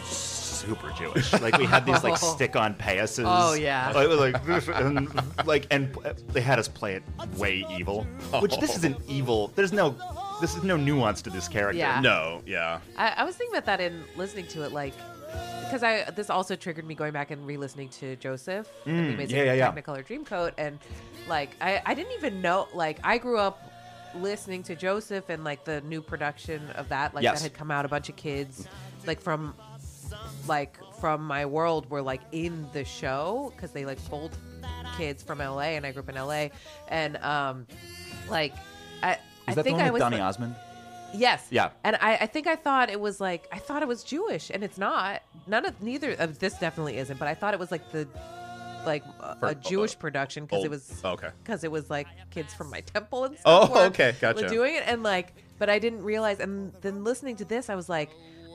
Speaker 3: super Jewish. Like we had these like stick-on payasses.
Speaker 2: Oh, yeah.
Speaker 3: Like, like, and, like and they had us play it way evil, which this is an evil. There's no this is no nuance to this character.
Speaker 2: Yeah.
Speaker 1: No, yeah.
Speaker 2: I, I was thinking about that in listening to it, like because I this also triggered me going back and re-listening to Joseph, and the amazing
Speaker 3: Mm, yeah, yeah, yeah.
Speaker 2: Technicolor Dreamcoat, and like I I didn't even know like I grew up listening to Joseph and like the new production of that, like
Speaker 3: Yes.
Speaker 2: that had come out. A bunch of kids, like from like from my world were like in the show because they like pulled kids from LA and I grew up in LA and um like I I
Speaker 3: Is that the
Speaker 2: think
Speaker 3: one
Speaker 2: I
Speaker 3: with
Speaker 2: was
Speaker 3: Donny
Speaker 2: like-
Speaker 3: Osmond?
Speaker 2: Yes.
Speaker 3: Yeah.
Speaker 2: And I, I think I thought it was like I thought it was Jewish, and it's not. None of neither of this definitely isn't. But I thought it was like the like a-
Speaker 1: For-
Speaker 2: a Jewish
Speaker 1: uh,
Speaker 2: production because it
Speaker 1: old-
Speaker 2: was
Speaker 3: oh,
Speaker 1: okay.
Speaker 2: because it was like kids from my temple and
Speaker 1: Oh,
Speaker 2: stuff. were-
Speaker 1: okay,
Speaker 2: were
Speaker 1: gotcha.
Speaker 2: Doing it and like, but I didn't realize. And then listening to this, I was like,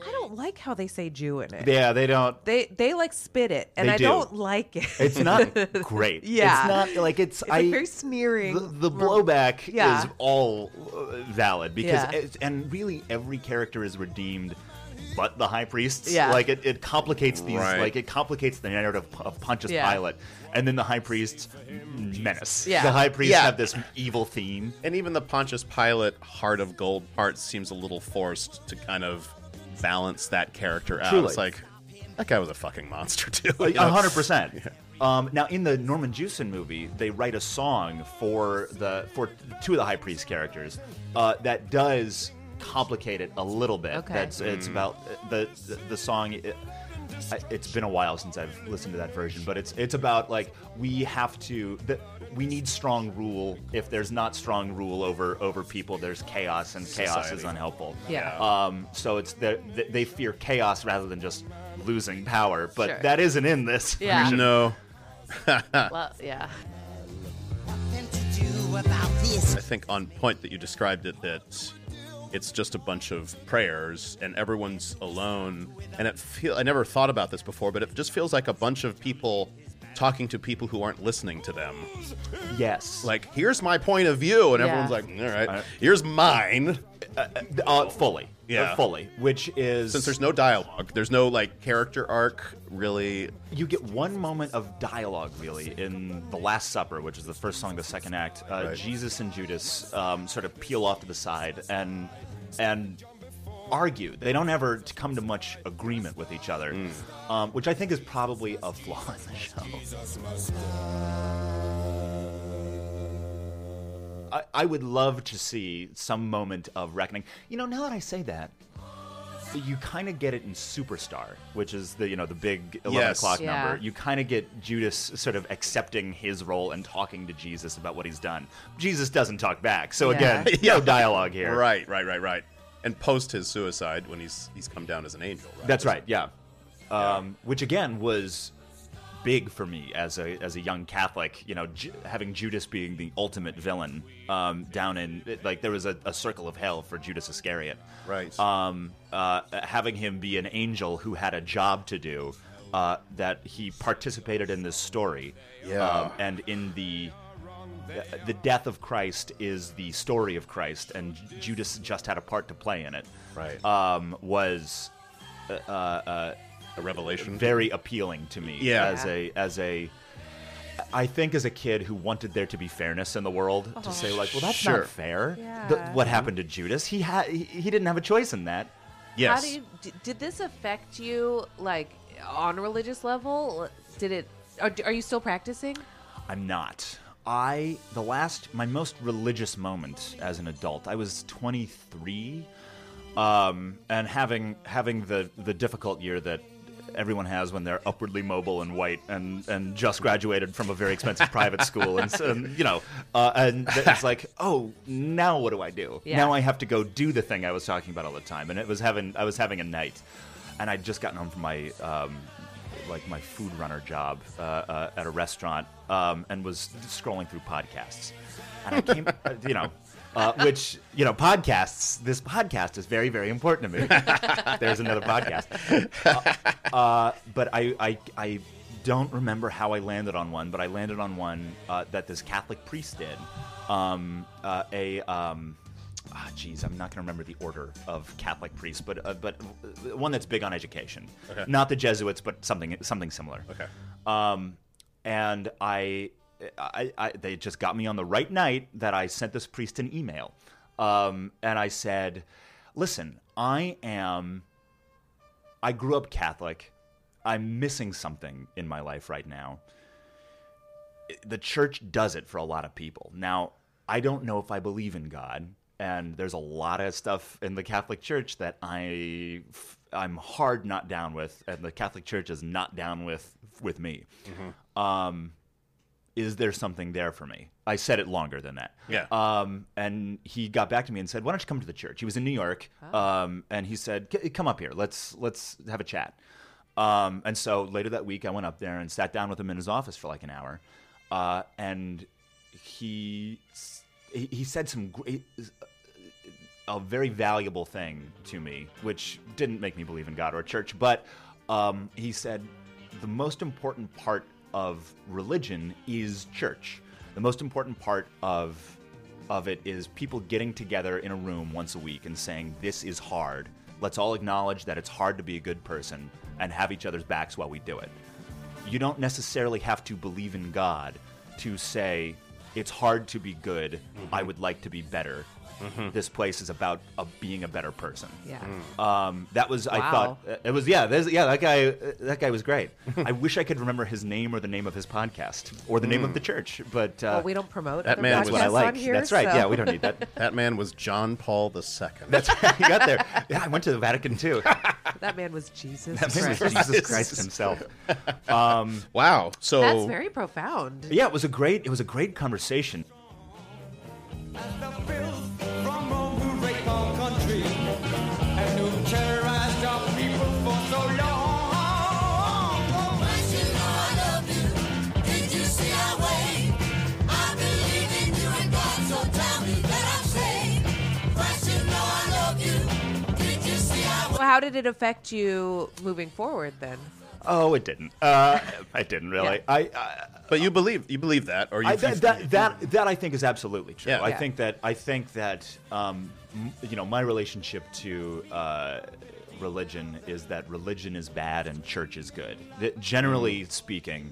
Speaker 2: I don't like how they say Jew in it.
Speaker 3: Yeah, they don't.
Speaker 2: They they like spit it, and
Speaker 3: They
Speaker 2: I
Speaker 3: do.
Speaker 2: not like it.
Speaker 3: It's not great.
Speaker 2: Yeah.
Speaker 3: it's not like it's.
Speaker 2: It's
Speaker 3: I
Speaker 2: like very sneering.
Speaker 3: the, the blowback
Speaker 2: Yeah.
Speaker 3: is all uh, valid because
Speaker 2: Yeah.
Speaker 3: it's, and really every character is redeemed, but the high priests.
Speaker 2: Yeah.
Speaker 3: like it, it complicates these.
Speaker 1: Right.
Speaker 3: Like it complicates the narrative of Pontius
Speaker 2: Yeah.
Speaker 3: Pilate, and then the high priests menace.
Speaker 2: Yeah.
Speaker 3: the high priests
Speaker 1: Yeah.
Speaker 3: have this evil theme.
Speaker 1: And even the Pontius Pilate heart of gold part seems a little forced to kind of balance that character out.
Speaker 3: Truly.
Speaker 1: It's like that guy was a fucking monster too.
Speaker 3: Like,
Speaker 1: you know?
Speaker 3: A hundred percent. Um, now, in the Norman Jewison movie, they write a song for the for two of the high priest characters uh, that does complicate it a little bit.
Speaker 2: Okay.
Speaker 3: That's it's about uh, the the, the song. It, I- it's been a while since I've listened to that version, but it's it's about like we have to that we need strong rule. If there's not strong rule over over people, there's chaos, and chaos is
Speaker 1: Society.
Speaker 3: unhelpful.
Speaker 2: Yeah.
Speaker 3: Um, so it's they're- they they fear chaos rather than just losing power, but
Speaker 2: Sure.
Speaker 3: that isn't in this.
Speaker 2: Yeah.
Speaker 1: No,
Speaker 2: Well, yeah.
Speaker 1: I think on point that you described it that it's just a bunch of prayers and everyone's alone. And it feel I never thought about this before, but it just feels like a bunch of people talking to people who aren't listening to them.
Speaker 3: Yes.
Speaker 1: Like, here's my point of view, and
Speaker 2: Yeah.
Speaker 1: everyone's like, all right, here's mine.
Speaker 3: uh, fully.
Speaker 1: Yeah.
Speaker 3: Uh, fully. Which is
Speaker 1: Since there's no dialogue, there's no like character arc really.
Speaker 3: you get one moment of dialogue really in the Last Supper, which is the first song, of the second act. Uh,
Speaker 1: Right.
Speaker 3: Jesus and Judas um, sort of peel off to the side and and argue. They don't ever t- come to much agreement with each other,
Speaker 1: Mm.
Speaker 3: um, which I think is probably a flaw in the show. I, I would love to see some moment of reckoning. You know, now that I say that, you kind of get it in Superstar, which is the you know the big eleven
Speaker 1: Yes.
Speaker 3: o'clock
Speaker 2: Yeah.
Speaker 3: number. You kind of get Judas sort of accepting his role and talking to Jesus about what he's done. Jesus doesn't talk back, so
Speaker 2: Yeah.
Speaker 3: again, no dialogue here.
Speaker 1: Right, right, right, right. and post his suicide when he's he's come down as an angel. Right?
Speaker 3: That's right. Yeah. Um, which again was big for me as a as a young Catholic. You know, Ju- having Judas being the ultimate villain um, down in like there was a, a circle of hell for Judas Iscariot.
Speaker 1: Right.
Speaker 3: Um, uh, having him be an angel who had a job to do. Uh, that he participated in this story.
Speaker 5: Yeah.
Speaker 3: Um, and in the the death of Christ is the story of Christ, and Judas just had a part to play in it.
Speaker 5: Right.
Speaker 3: Um, was
Speaker 1: a revelation.
Speaker 3: very appealing to me
Speaker 1: Yeah.
Speaker 3: as a as a I think as a kid who wanted there to be fairness in the world to say like, well, that's
Speaker 5: Sure.
Speaker 3: not fair.
Speaker 2: Yeah.
Speaker 3: The- what happened to Judas? He had he, he didn't have a choice in that.
Speaker 2: How
Speaker 1: yes.
Speaker 2: do you, d- did this affect you like on a religious level? Did it? Are, are you still practicing?
Speaker 3: I'm not. I the last my most religious moment as an adult. I was 23, um, and having having the the difficult year that everyone has when they're upwardly mobile and white and and just graduated from a very expensive private school and, so- and you know uh, and th- it's like oh now what do I do
Speaker 2: Yeah.
Speaker 3: now I have to go do the thing I was talking about all the time and it was having I was having a night and I'd just gotten home from my um, like my food runner job uh, uh, at a restaurant um, and was scrolling through podcasts and i came uh, you know uh, which you know podcasts this podcast is very very important to me there's another podcast Uh, uh, but I, I i don't remember how i landed on one but i landed on one uh, that this catholic priest did um, uh, a um, Ah, geez, I'm not going to remember the order of Catholic priests, but uh, but uh, one that's big on education, not the Jesuits, but something something similar.
Speaker 1: Okay.
Speaker 3: Um, and I, I, I, they just got me on the right night that I sent this priest an email, um, and I said, "Listen, I am, I grew up Catholic. I'm missing something in my life right now. The church does it for a lot of people. Now, I don't know if I believe in God, and there's a lot of stuff in the Catholic Church that I I'm hard not down with, and the Catholic Church is not down with with me. Um, is there something there for me? I said it longer than that.
Speaker 1: Yeah.
Speaker 3: Um, and he got back to me and said, "Why don't you come to the church?" He was in New York, um, and he said, "C- "Come up here. Let's let's have a chat." Um, and so later that week, I went up there and sat down with him in his office for like an hour, uh, and he s- he he said some great, a very valuable thing to me, which didn't make me believe in God or church, but um, he said the most important part of religion is church. The most important part of of it is people getting together in a room once a week and saying this is hard. Let's all acknowledge that it's hard to be a good person and have each other's backs while we do it you don't necessarily have to believe in God to say it's hard to be good. I would like to be better. This place is about uh being a better person.
Speaker 2: Yeah.
Speaker 3: Um, that was I
Speaker 2: Wow.
Speaker 3: thought uh, it was yeah there's- yeah that guy uh, that guy was great. I wish I could remember his name or the name of his podcast or the name of the church, but uh,
Speaker 2: Well, we don't promote
Speaker 1: That
Speaker 2: the
Speaker 1: man
Speaker 3: that's
Speaker 1: was-
Speaker 3: what I
Speaker 2: podcast
Speaker 3: like.
Speaker 2: on here,
Speaker 3: that's right.
Speaker 2: so-
Speaker 3: Yeah, we don't need that.
Speaker 1: That man was John Paul II.
Speaker 3: That's right. You got there. Yeah, I went to the Vatican too.
Speaker 2: that man was Jesus.
Speaker 3: That man was
Speaker 2: Christ.
Speaker 3: Jesus Christ himself.
Speaker 1: wow. So
Speaker 2: That's very profound.
Speaker 3: Yeah, it was a great it was a great conversation.
Speaker 7: As the bills from Rome who rape our country and who terrorized our people for so long.
Speaker 4: Once you know I love you, did you see our way? I believe in you and God, so tell me that I'm safe. Once you know I love you, did you see our way?
Speaker 2: Well, how did it affect you moving forward then?
Speaker 3: Oh, it didn't. Uh, I didn't really.
Speaker 2: Yeah.
Speaker 3: I, I
Speaker 1: But you believe you believe that, or you
Speaker 3: I, that, that that that I think is absolutely true.
Speaker 1: Yeah.
Speaker 3: I
Speaker 2: Yeah.
Speaker 3: think that I think that um, m- you know my relationship to uh, religion is that religion is bad and church is good. That
Speaker 1: Mm-hmm.
Speaker 3: generally speaking,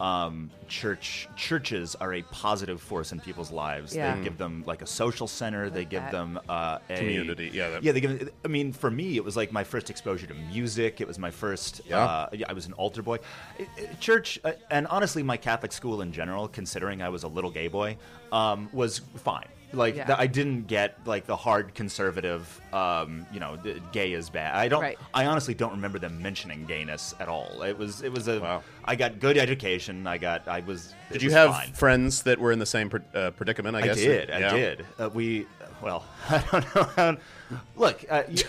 Speaker 3: um, church churches are a positive force in people's lives.
Speaker 2: Yeah.
Speaker 3: They give them like a social center. They give
Speaker 2: that.
Speaker 3: them uh, a
Speaker 1: Community, yeah, that-
Speaker 3: yeah. They give. I mean, for me, it was like my first exposure to music. It was my first.
Speaker 1: Yeah.
Speaker 3: Uh, uh, yeah, I was an altar boy. I- I- Church, uh, and honestly, my Catholic school in general, considering I was a little gay boy, um, was fine. Like
Speaker 2: Yeah.
Speaker 3: the, I didn't get like the hard conservative, um, you know, the, gay is bad. I don't.
Speaker 2: Right.
Speaker 3: I honestly don't remember them mentioning gayness at all. It was. It was a. I
Speaker 1: Wow.
Speaker 3: got good education. I got. I was. it
Speaker 1: Did you
Speaker 3: was
Speaker 1: have
Speaker 3: fine.
Speaker 1: friends that were in the same pr- uh, predicament? I,
Speaker 3: I
Speaker 1: guess.
Speaker 3: did. I
Speaker 1: Yeah.
Speaker 3: did. Uh, we well, I don't know. How, look, uh, you-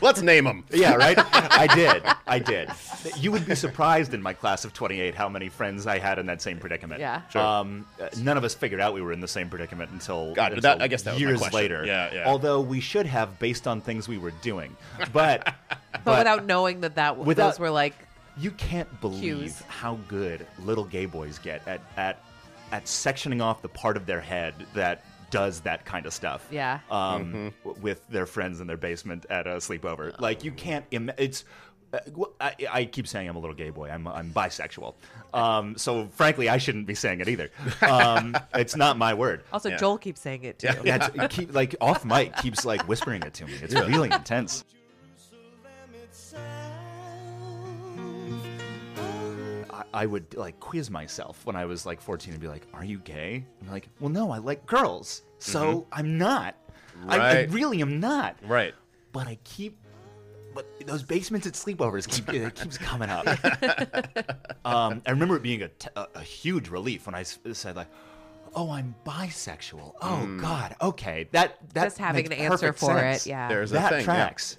Speaker 1: Let's name them.
Speaker 3: yeah, right. I did. I did. You would be surprised in my class of 28 how many friends I had in that same predicament.
Speaker 2: Yeah.
Speaker 1: Sure.
Speaker 3: Um, uh, none of us figured out we were in the same predicament until,
Speaker 1: God, but
Speaker 3: until
Speaker 1: that- I guess that was my
Speaker 3: years
Speaker 1: question.
Speaker 3: later.
Speaker 1: Yeah, yeah.
Speaker 3: Although we should have based on things we were doing, but
Speaker 2: but, without knowing that that
Speaker 3: Without-
Speaker 2: those were like
Speaker 3: you can't believe
Speaker 2: Cues.
Speaker 3: how good little gay boys get at, at at sectioning off the part of their head that does that kind of stuff.
Speaker 2: Yeah.
Speaker 3: Um, w- with their friends in their basement at a sleepover.
Speaker 2: Oh.
Speaker 3: Like you can't. Im- it's. Uh, wh- I, I keep saying I'm a little gay boy. I'm I'm bisexual. Um, so frankly, I shouldn't be saying it either. Um, it's not my word.
Speaker 2: also
Speaker 1: Yeah.
Speaker 2: Joel keeps saying it too.
Speaker 3: Yeah, it's, keep, like off mic keeps like whispering it to me. It's really intense. I, I would like quiz myself when I was like 14 and be like, "Are you gay?" I'm like, "Well, no, I like girls, so I'm not. I, I
Speaker 1: Right.
Speaker 3: really am not.
Speaker 1: Right.
Speaker 3: But I keep." But those basements at sleepovers keep it keeps coming up. um, I remember it being a, t- a- a huge relief when I s- said like, "Oh, I'm bisexual." Oh
Speaker 1: Hmm.
Speaker 3: God, okay, that that
Speaker 2: Just having
Speaker 3: makes
Speaker 2: an answer
Speaker 3: perfect
Speaker 2: for
Speaker 3: sense.
Speaker 2: it. Yeah.
Speaker 1: There's a
Speaker 3: that
Speaker 1: thing. yeah.
Speaker 3: tracks.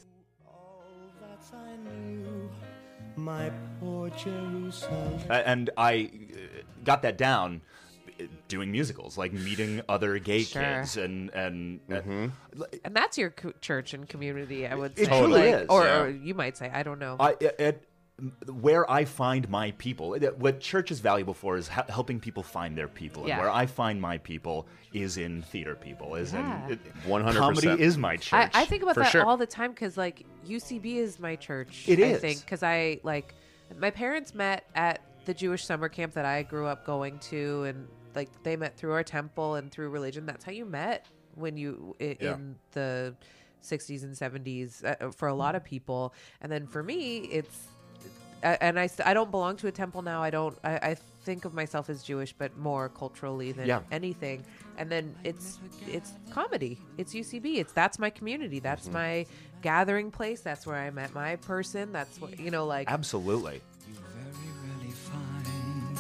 Speaker 7: I knew, my poor Jerusalem.
Speaker 3: A- and I uh, got that down uh, doing musicals, like meeting other gay
Speaker 2: Sure.
Speaker 3: kids, and and uh,
Speaker 1: Mm-hmm.
Speaker 2: And that's your co- church and community, I would say.
Speaker 3: It truly
Speaker 2: like,
Speaker 3: is.
Speaker 2: Or,
Speaker 1: Yeah.
Speaker 2: or you might say, I don't know.
Speaker 3: I it, it- where I find my people. it- What church is valuable for is he- helping people find their people, and
Speaker 2: Yeah.
Speaker 3: where I find my people is in theater people. Is
Speaker 2: Yeah.
Speaker 3: in it,
Speaker 1: 100%.
Speaker 3: comedy is my
Speaker 2: I,
Speaker 3: church.
Speaker 2: I think about
Speaker 1: for
Speaker 2: that
Speaker 1: sure.
Speaker 2: all the time because like UCB is my church.
Speaker 3: It
Speaker 2: I
Speaker 3: is.
Speaker 2: think because I like my parents met at the Jewish summer camp that I grew up going to, and like they met through our temple and through religion. That's how you met when you i- in
Speaker 1: Yeah.
Speaker 2: the 60s and 70s uh, for a lot of people, and then for me, it's. I- And I, st- I don't belong to a temple now. I don't. I, I think of myself as Jewish, but more culturally than
Speaker 3: Yeah.
Speaker 2: anything and then it's it's comedy it's ucb it's that's my community that's
Speaker 3: Mm-hmm.
Speaker 2: my gathering place that's where i met my person that's what you know like
Speaker 3: Absolutely.
Speaker 10: very rarely find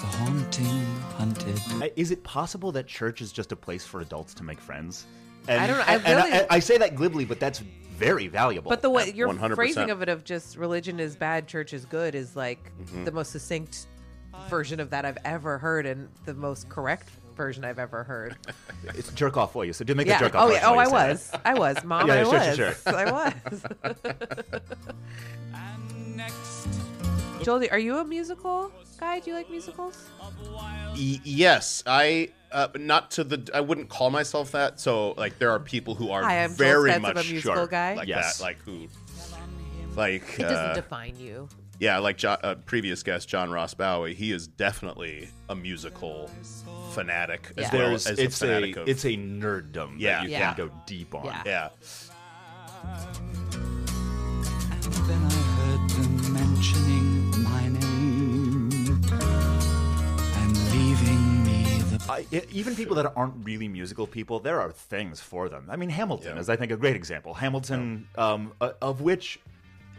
Speaker 10: the haunting hunted.
Speaker 3: Uh, Is it possible that church is just a place for adults to make friends? And,
Speaker 2: I don't know, I
Speaker 3: and- and
Speaker 2: really-
Speaker 3: I, I say that glibly, but that's very valuable.
Speaker 2: but the way your
Speaker 1: 100%.
Speaker 2: phrasing of it of just religion is bad church is good is like
Speaker 3: Mm-hmm.
Speaker 2: the most succinct version of that i've ever heard and the most correct version i've ever heard
Speaker 3: it's jerk off voice. So do make a
Speaker 2: yeah
Speaker 3: jerk off.
Speaker 2: oh
Speaker 3: voice
Speaker 2: yeah oh
Speaker 3: when
Speaker 2: i
Speaker 3: you say
Speaker 2: was i was mom
Speaker 3: Yeah,
Speaker 2: i
Speaker 3: sure,
Speaker 2: was
Speaker 3: sure,
Speaker 2: i was Jolie, are you a musical guy? Do you like musicals?
Speaker 1: Y- yes, I uh, not to the I wouldn't call myself that. So like there are people who are
Speaker 2: Hi, I'm Joel
Speaker 1: very
Speaker 2: Spence, I'm a
Speaker 1: much
Speaker 2: musical
Speaker 1: sure,
Speaker 2: guy.
Speaker 1: like
Speaker 3: Yes.
Speaker 1: that, like who, like
Speaker 2: It
Speaker 1: uh,
Speaker 2: doesn't define you.
Speaker 1: yeah, like jo- uh, previous guest John Ross Bowie. He is definitely a musical fanatic
Speaker 2: Yeah.
Speaker 1: as well
Speaker 3: There's,
Speaker 1: as
Speaker 3: it's
Speaker 1: a
Speaker 3: a,
Speaker 1: fanatic of
Speaker 3: it's a nerddom
Speaker 1: Yeah.
Speaker 3: that you
Speaker 2: Yeah.
Speaker 3: can go deep on.
Speaker 2: Yeah.
Speaker 1: yeah.
Speaker 10: And then I heard them mentioning my name and leaving me the
Speaker 3: I, e- even people that aren't really musical people, there are things for them. I mean, Hamilton
Speaker 1: Yeah.
Speaker 3: is, I think, a great example. Hamilton, um, uh, of which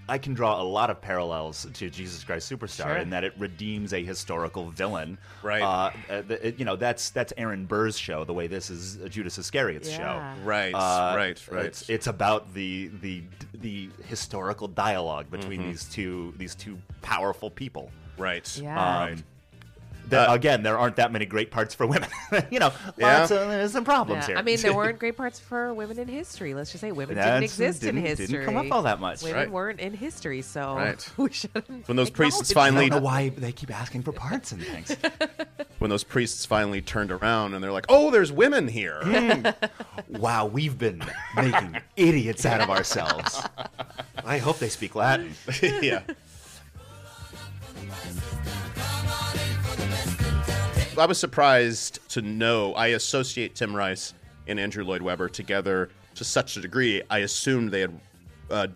Speaker 3: I can draw a lot of parallels to Jesus Christ Superstar
Speaker 2: Sure.
Speaker 3: in that it redeems a historical villain.
Speaker 1: Right.
Speaker 3: Uh, uh, th- it- you know, that's that's Aaron Burr's show. The way this is uh, Judas Iscariot's
Speaker 2: Yeah.
Speaker 3: show.
Speaker 1: Right,
Speaker 3: Uh,
Speaker 1: right, right.
Speaker 3: It's, it's about the the the historical dialogue between
Speaker 1: Mm-hmm.
Speaker 3: these two these two powerful people.
Speaker 1: right.
Speaker 2: Yeah.
Speaker 1: Right.
Speaker 3: That,
Speaker 1: Uh,
Speaker 3: Um, again, there aren't that many great parts for women. you know,
Speaker 1: Yeah.
Speaker 3: lots of, there's some problems
Speaker 2: Yeah,
Speaker 3: here.
Speaker 2: I mean, there weren't great parts for women in history. Let's just say women
Speaker 3: That's-
Speaker 2: didn't exist in
Speaker 3: didn't-
Speaker 2: history.
Speaker 3: didn't come up all that much.
Speaker 2: Women
Speaker 1: Right.
Speaker 2: weren't in history, so
Speaker 1: Right.
Speaker 2: we shouldn't.
Speaker 1: When those priests
Speaker 3: I
Speaker 1: finally
Speaker 3: don't know why they keep asking for parts and things.
Speaker 1: when those priests finally turned around and they're like, "Oh, there's women here."
Speaker 3: wow, we've been making idiots out of ourselves. I hope they speak Latin.
Speaker 1: yeah. I was surprised to know I associate Tim Rice and Andrew Lloyd Webber together to such a degree. I assumed they had uh,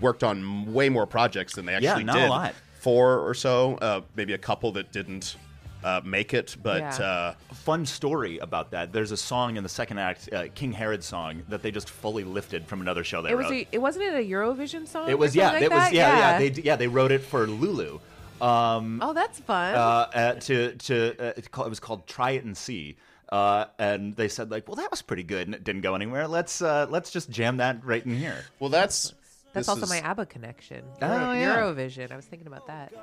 Speaker 1: worked on way more projects than they
Speaker 3: Yeah,
Speaker 1: actually
Speaker 3: not a
Speaker 1: did.
Speaker 3: lot.
Speaker 1: Four or so, uh, maybe a couple that didn't uh, make it, but
Speaker 2: Yeah.
Speaker 1: uh,
Speaker 3: Fun story about that. There's a song in the second act, uh, King Herod song, that they just fully lifted from another show they
Speaker 2: It
Speaker 3: wrote.
Speaker 2: was. A, it wasn't it a Eurovision song.
Speaker 3: it
Speaker 2: or
Speaker 3: was yeah,
Speaker 2: something
Speaker 3: it
Speaker 2: like
Speaker 3: was
Speaker 2: that?
Speaker 3: yeah, yeah, they d- yeah, they wrote it for Lulu. Um,
Speaker 2: oh, that's fun.
Speaker 3: uh, uh, to to uh, it's called- it was called Try It and See. Uh, and they said like, well, that was pretty good, and it didn't go anywhere. Let's uh, let's just jam that right in here.
Speaker 1: Well, that's
Speaker 2: That's
Speaker 1: this
Speaker 2: also
Speaker 1: is-
Speaker 2: my ABBA connection. Euro-
Speaker 3: Oh, yeah.
Speaker 2: Eurovision. I was thinking about that.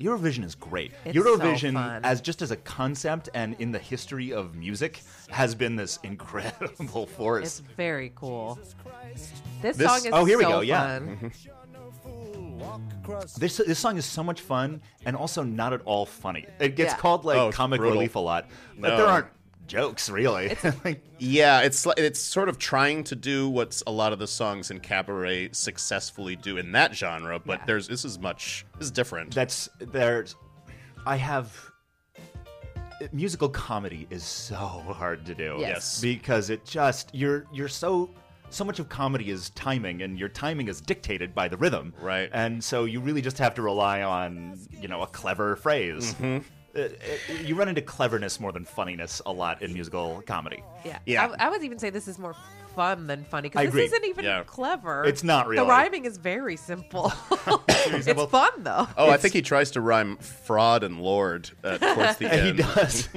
Speaker 3: Eurovision is great.
Speaker 2: It's
Speaker 3: Eurovision,
Speaker 2: so fun.
Speaker 3: as just as a concept and in the history of music, has been this incredible
Speaker 2: It's
Speaker 3: force.
Speaker 2: very cool. This,
Speaker 1: This-
Speaker 2: song is
Speaker 3: oh, here we
Speaker 2: so
Speaker 3: go, yeah.
Speaker 2: fun.
Speaker 3: This this song is so much fun and also not at all funny. It gets
Speaker 2: Yeah.
Speaker 3: called like
Speaker 1: Oh, it's
Speaker 3: comic
Speaker 1: brutal.
Speaker 3: relief a lot, but
Speaker 1: No.
Speaker 3: there aren't jokes really. Like,
Speaker 1: yeah. It's li- it's sort of trying to do what a lot of the songs in cabaret successfully do in that genre, but there's this is much this is different.
Speaker 3: that's there's. I have. Musical comedy is so hard to do.
Speaker 1: Yes.
Speaker 2: Yes.
Speaker 3: because it just you're you're so so much of comedy is timing and your timing is dictated by the rhythm
Speaker 1: Right.
Speaker 3: and so you really just have to rely on you know a clever phrase
Speaker 1: Mm-hmm.
Speaker 3: Uh, uh, you run into cleverness more than funniness a lot in musical comedy
Speaker 2: Yeah.
Speaker 1: Yeah.
Speaker 2: I, I would even say this is more fun than funny
Speaker 3: I
Speaker 2: because
Speaker 3: agree.
Speaker 2: this isn't even
Speaker 1: Yeah.
Speaker 2: clever.
Speaker 3: It's not really.
Speaker 2: The rhyming is very simple. it's fun
Speaker 3: uh,
Speaker 2: though.
Speaker 1: Oh, I think he tries to rhyme fraud and lord uh, towards the
Speaker 3: and he
Speaker 1: end.
Speaker 3: does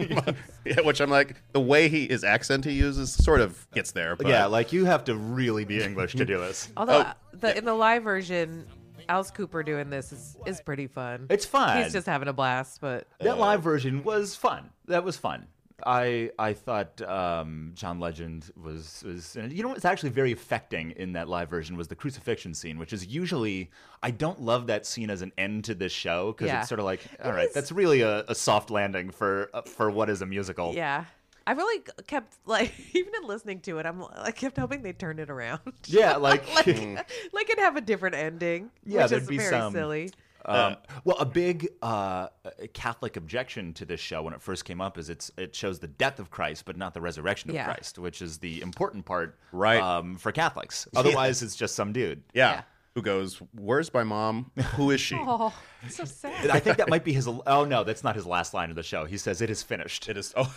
Speaker 1: Yeah, which I'm like, the way he his accent he uses sort of gets there. But
Speaker 3: yeah like you have to really be english to do this
Speaker 2: Although
Speaker 1: Oh,
Speaker 2: uh, the in the live version, Alice Cooper doing this is, is pretty fun.
Speaker 3: it's fun
Speaker 2: He's just having a blast, but
Speaker 3: that live version was fun. That was fun. I I thought um, John Legend was was you know what's actually very affecting in that live version was the crucifixion scene, which is usually I don't love that scene as an end to this show because
Speaker 2: Yeah.
Speaker 3: it's sort of like all right, that's really a, a soft landing for uh, for what is a musical.
Speaker 2: yeah. I really c- kept like even in listening to it, I'm I kept hoping they turned it around.
Speaker 3: Yeah, like,
Speaker 2: like, like it'd have a different ending.
Speaker 3: Yeah,
Speaker 2: which
Speaker 3: there'd
Speaker 2: is
Speaker 3: be
Speaker 2: very
Speaker 3: some-
Speaker 2: silly.
Speaker 3: Um, well, a big uh, Catholic objection to this show when it first came up is it's it shows the death of Christ, but not the resurrection of
Speaker 2: Yeah.
Speaker 3: Christ, which is the important part,
Speaker 1: Right.
Speaker 3: Um, for Catholics, otherwise it's just some dude.
Speaker 1: yeah.
Speaker 2: Yeah.
Speaker 1: Who goes? Where's my mom? Who is she?
Speaker 2: Oh, so sad.
Speaker 3: I think that might be his. Oh no, that's not his last line of the show. He says it is finished.
Speaker 1: It is. Oh,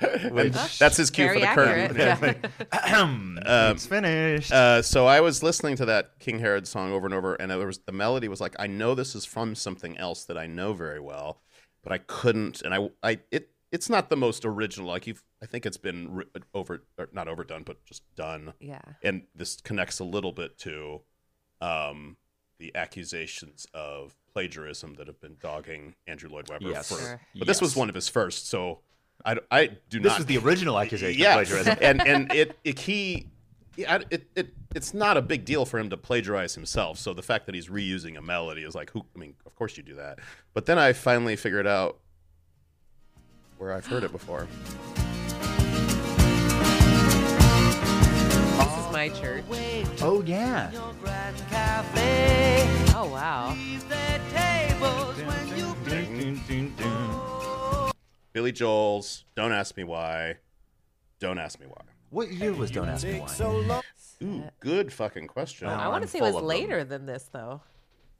Speaker 1: And that's his cue
Speaker 2: Very
Speaker 1: for the curtain.
Speaker 2: accurate. Yeah.
Speaker 3: it's finished.
Speaker 1: um, Uh, so I was listening to that King Herod song over and over, and there was the melody was like, I know this is from something else that I know very well, but I couldn't, and I, I, it, it's not the most original. Like you've, I think it's been re- over, or not overdone, but just done.
Speaker 2: Yeah.
Speaker 1: And this connects a little bit to, um, the accusations of plagiarism that have been dogging Andrew Lloyd Webber.
Speaker 3: Yes.
Speaker 1: for,
Speaker 2: Sure.
Speaker 1: but this was
Speaker 3: Yes.
Speaker 1: one of his first, so I, d- I do
Speaker 3: this
Speaker 1: not.
Speaker 3: was the original accusation
Speaker 1: Yes.
Speaker 3: of plagiarism.
Speaker 1: and and it, it he. yeah, I- It, it it's not a big deal for him to plagiarize himself. So the fact that he's reusing a melody is like, who? I mean, of course you do that. But then I finally figured out where I've heard it before.
Speaker 2: This is my church.
Speaker 3: Oh yeah,
Speaker 2: Oh wow.
Speaker 1: Billy Joel's "Don't Ask Me Why," "Don't Ask Me Why."
Speaker 3: what year was Don't Ask Me Why?
Speaker 1: Ooh, good fucking question.
Speaker 2: I want
Speaker 3: I'm
Speaker 2: to say it was
Speaker 3: full of them.
Speaker 2: later than this though.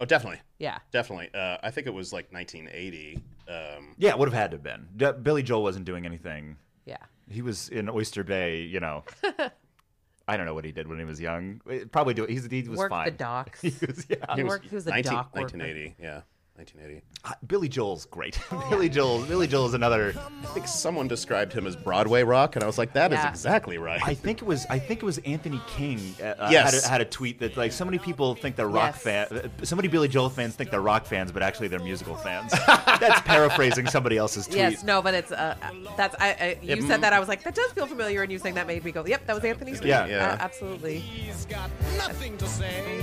Speaker 1: Oh, definitely,
Speaker 2: Yeah.
Speaker 1: definitely. Uh, I think it was like 1980. Um,
Speaker 3: Yeah, it would have had to have been. D- Billy Joel wasn't doing anything.
Speaker 2: Yeah.
Speaker 3: He was in Oyster Bay. You know, I don't know what he did when he was young. It probably do. He's, he was
Speaker 2: Worked
Speaker 3: fine.
Speaker 2: the docks.
Speaker 3: He was, yeah.
Speaker 2: He worked- he was a dock worker.
Speaker 1: 1980. Yeah, 1980.
Speaker 3: Uh, Billy Joel's great.
Speaker 2: Oh,
Speaker 3: Billy Joel. Billy Joel is another.
Speaker 1: I think someone described him as Broadway rock, and I was like, that is
Speaker 2: Yeah.
Speaker 1: exactly right.
Speaker 3: I think it was. I think it was Anthony King. Uh, uh,
Speaker 1: Yes.
Speaker 3: had, a, had a tweet that like so many people think they're rock
Speaker 2: Yes.
Speaker 3: fans. So many Billy Joel fans think they're rock fans, but actually they're musical fans. That's paraphrasing somebody else's tweet.
Speaker 2: Yes, no, but it's uh, that's I, I you said that I was like that does feel familiar, and you saying that made me go, yep, that was Anthony's.
Speaker 3: Yeah.
Speaker 2: tweet.
Speaker 1: Yeah.
Speaker 2: Uh, absolutely.
Speaker 7: He's got nothing to say.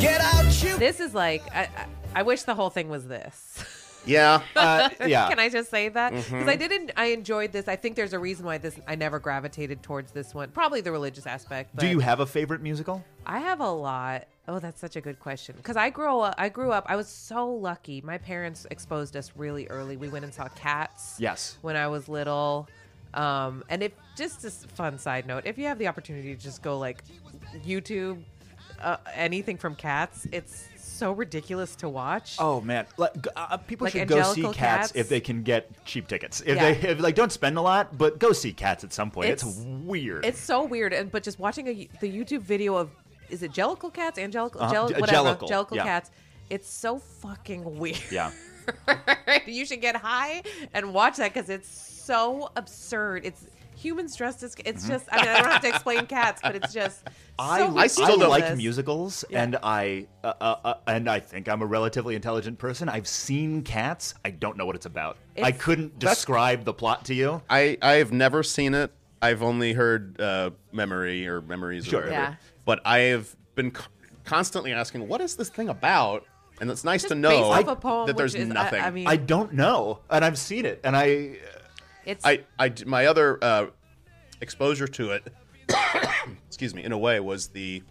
Speaker 7: Get out, you.
Speaker 2: This is like I, I, I wish the whole thing was this.
Speaker 1: yeah.
Speaker 3: Uh, yeah. Mm-hmm.
Speaker 2: Can I just say that because I didn't I enjoyed this. I think there's a reason why this I never gravitated towards this one. Probably the religious aspect. But
Speaker 3: Do you have a favorite musical?
Speaker 2: I have a lot. Oh, that's such a good question. Because I grew up, I grew up. I was so lucky. My parents exposed us really early. We went and saw Cats.
Speaker 3: Yes.
Speaker 2: When I was little, um, and if just a s- fun side note, if you have the opportunity to just go like YouTube, uh, anything from Cats, it's so ridiculous to watch.
Speaker 3: Oh man, like, g- uh, people
Speaker 2: Like
Speaker 3: should go see
Speaker 2: Angelical
Speaker 3: cats,
Speaker 2: Cats?
Speaker 3: if they can get cheap tickets. If
Speaker 2: Yeah.
Speaker 3: they if, like don't spend a lot, but go see cats at some point. It's,
Speaker 2: It's-
Speaker 3: weird.
Speaker 2: It's so weird, and but just watching a, y- the YouTube video of is it Jellicle cats, Angelical,
Speaker 3: Uh-huh.
Speaker 2: Jell-
Speaker 3: J-
Speaker 2: whatever,
Speaker 3: Jellicle,
Speaker 2: Jellicle
Speaker 3: yeah.
Speaker 2: cats. It's so fucking weird.
Speaker 3: yeah.
Speaker 2: you should get high and watch that because it's so absurd. It's humans dressed as it's just. I mean, I don't have to explain cats, but it's just.
Speaker 3: Mm-hmm. I,
Speaker 2: so
Speaker 3: I still don't like
Speaker 2: ridiculous.
Speaker 3: musicals, and I uh, uh, uh, and I think I'm a relatively intelligent person. I've seen Cats. I don't know what it's about. I
Speaker 2: It's-
Speaker 3: couldn't describe the plot to you.
Speaker 1: I I've never seen it. I've only heard uh, memory or memories.
Speaker 3: Sure.
Speaker 1: Or whatever.
Speaker 2: Yeah.
Speaker 1: But I have been co- constantly asking, what is this thing about? And it's nice to
Speaker 2: Just
Speaker 1: know
Speaker 2: based off a poem,
Speaker 1: that there's
Speaker 2: which is, I-
Speaker 1: nothing.
Speaker 2: I, mean,
Speaker 3: I don't know, and I've seen it, and I
Speaker 2: it's
Speaker 1: I, I d- my other uh, exposure to it, excuse me, in a way, was the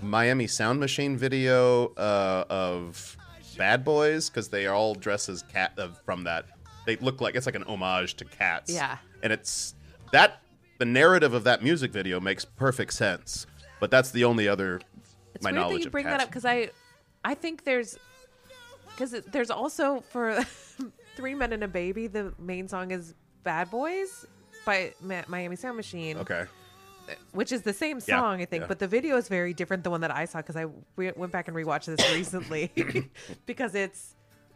Speaker 1: Miami Sound Machine video uh, of Bad Boys because they are all dressed as cat uh, from that. They look like it's like an homage to cats.
Speaker 2: Yeah.
Speaker 1: and it's that the narrative of that music video makes perfect sense. But that's the only other
Speaker 2: it's
Speaker 1: my
Speaker 2: weird
Speaker 1: knowledge
Speaker 2: that you
Speaker 1: of
Speaker 2: bring
Speaker 1: cats.
Speaker 2: that up because I, I think there's, because there's also for Three Men and a Baby. The main song is Bad Boys by Ma- Miami Sound Machine.
Speaker 1: okay,
Speaker 2: which is the same
Speaker 1: Yeah,
Speaker 2: song, I think,
Speaker 1: yeah.
Speaker 2: but the video is very different. The one that I saw because I re- went back and rewatched this recently because it's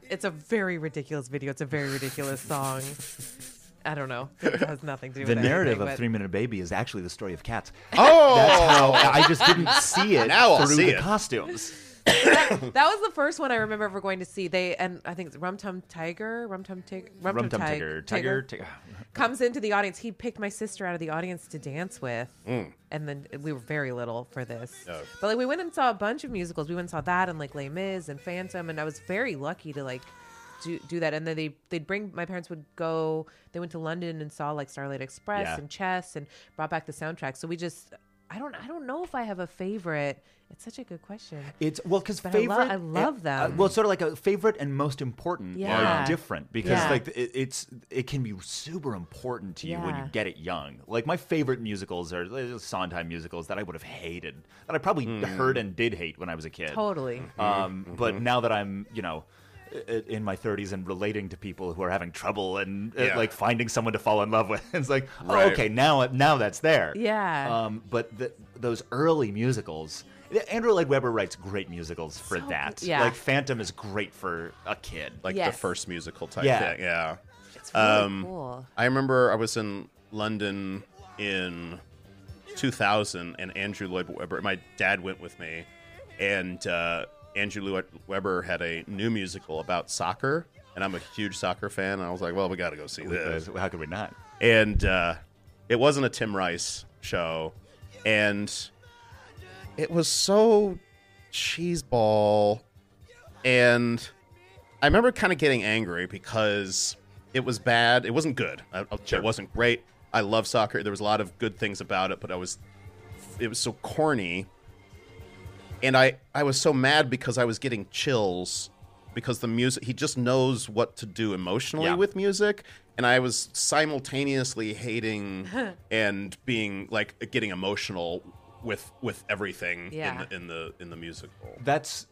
Speaker 2: it's a very ridiculous video. It's a very ridiculous song. I don't know. It has nothing to do
Speaker 3: the
Speaker 2: with
Speaker 3: narrative
Speaker 2: anything,
Speaker 3: of
Speaker 2: but-
Speaker 3: Three Minute Baby is actually the story of Cats.
Speaker 1: Oh!
Speaker 3: that's how I just didn't see it
Speaker 1: Now I'll
Speaker 3: through
Speaker 1: see
Speaker 3: the
Speaker 1: it.
Speaker 3: costumes.
Speaker 2: That was the first one I remember ever going to see. They and I think it's Rum Tum Tiger, Rum Tum Tiger,
Speaker 3: Rum Tum Tiger, Tiger, Tiger.
Speaker 2: comes into the audience. He picked my sister out of the audience to dance with,
Speaker 3: Mm.
Speaker 2: and then we were very little for this. But like we went and saw a bunch of musicals. We went and saw that and like Les Mis and Phantom, and I was very lucky to like do do that. And then they they'd bring my parents would go. They went to London and saw like Starlight Express
Speaker 3: Yeah.
Speaker 2: and Chess, and brought back the soundtrack. So we just. I don't. I don't know if I have a favorite. It's such a good question.
Speaker 3: It's well because
Speaker 2: But I
Speaker 3: favorite.
Speaker 2: lo- I love
Speaker 3: uh,
Speaker 2: them.
Speaker 3: well, sort of like a favorite and most important
Speaker 2: Yeah.
Speaker 3: are different because
Speaker 2: Yeah.
Speaker 3: like it, it's it can be super important to you when you
Speaker 2: Yeah.
Speaker 3: get it young. Like my favorite musicals are uh, Sondheim musicals that I would have hated that I probably heard and did hate when I was a kid.
Speaker 2: Totally.
Speaker 3: Um,
Speaker 1: Mm-hmm.
Speaker 3: But now that I'm, you know, i- in my 30s and relating to people who are having trouble and uh,
Speaker 1: Yeah.
Speaker 3: like finding someone to fall in love with, it's like, oh,
Speaker 1: Right.
Speaker 3: okay, now now that's there.
Speaker 2: Yeah.
Speaker 3: Um, but th those early musicals, eh, Andrew Lloyd Webber writes great musicals for
Speaker 2: So
Speaker 3: that.
Speaker 2: good. Yeah.
Speaker 3: Like Phantom is great for a kid. Like
Speaker 1: like
Speaker 2: Yes.
Speaker 1: the first musical type
Speaker 3: Yeah.
Speaker 1: thing. Yeah,
Speaker 2: It's really
Speaker 1: Um,
Speaker 2: cool.
Speaker 1: I remember I was in London in 2000, and Andrew Lloyd Webber. My dad went with me, and uh, Andrew Lloyd Webber had a new musical about soccer, and I'm a huge soccer fan. And I was like, "Well, we got to go see this."
Speaker 3: uh, how could we not?
Speaker 1: And uh, it wasn't a Tim Rice show, and it was so cheeseball, and I remember kind of getting angry because it was bad. It wasn't good. I, I- It wasn't great. I love soccer. There was a lot of good things about it, but I was it was so corny. And I I was so mad because I was getting chills because the music he just knows what to do emotionally
Speaker 3: Yeah.
Speaker 1: with music and I was simultaneously hating and being like getting emotional with with everything
Speaker 2: Yeah.
Speaker 1: in the in the in the musical.
Speaker 3: That's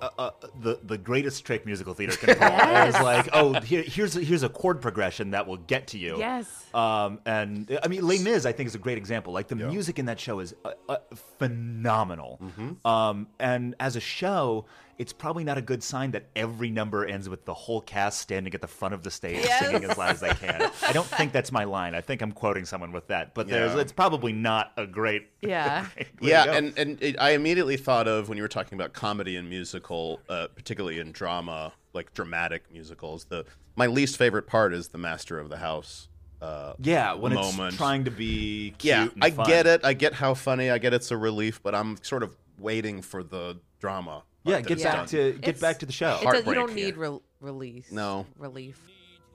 Speaker 3: uh, uh, the the greatest trick musical theater can pull. It's like, oh, here, here's a, here's a chord progression that will get to
Speaker 1: oh,
Speaker 3: you.
Speaker 2: Yes.
Speaker 1: uh,
Speaker 3: Um, and I mean, Les Mis, I think, is a great example. Like the music in that show is uh, uh, phenomenal.
Speaker 1: Mm-hmm.
Speaker 3: Um, and as a show, it's probably not a good sign that every number ends with the whole cast standing at the front of the stage singing as loud as they can. I don't think that's my line. I think I'm quoting someone with that, but there's,
Speaker 1: Yeah.
Speaker 3: it's probably not a great.
Speaker 2: Yeah.
Speaker 3: great way to
Speaker 1: yeah
Speaker 3: go.
Speaker 1: and and it, i immediately thought of when you were talking about comedy and musical uh, particularly in drama like dramatic musicals the my least favorite part is the master of the house uh,
Speaker 3: yeah, when
Speaker 1: moment.
Speaker 3: it's trying to be cute
Speaker 1: yeah
Speaker 3: and
Speaker 1: i
Speaker 3: fun.
Speaker 1: get it i get how funny i get it's a relief but i'm sort of waiting for the drama
Speaker 3: Yeah,
Speaker 1: part
Speaker 3: get
Speaker 1: that's
Speaker 2: Yeah.
Speaker 3: back
Speaker 1: done.
Speaker 3: to get
Speaker 2: It's-
Speaker 3: back to the show.
Speaker 2: It does, you don't
Speaker 1: heartbreak
Speaker 2: need
Speaker 1: here.
Speaker 2: re- release.
Speaker 1: No.
Speaker 2: Relief.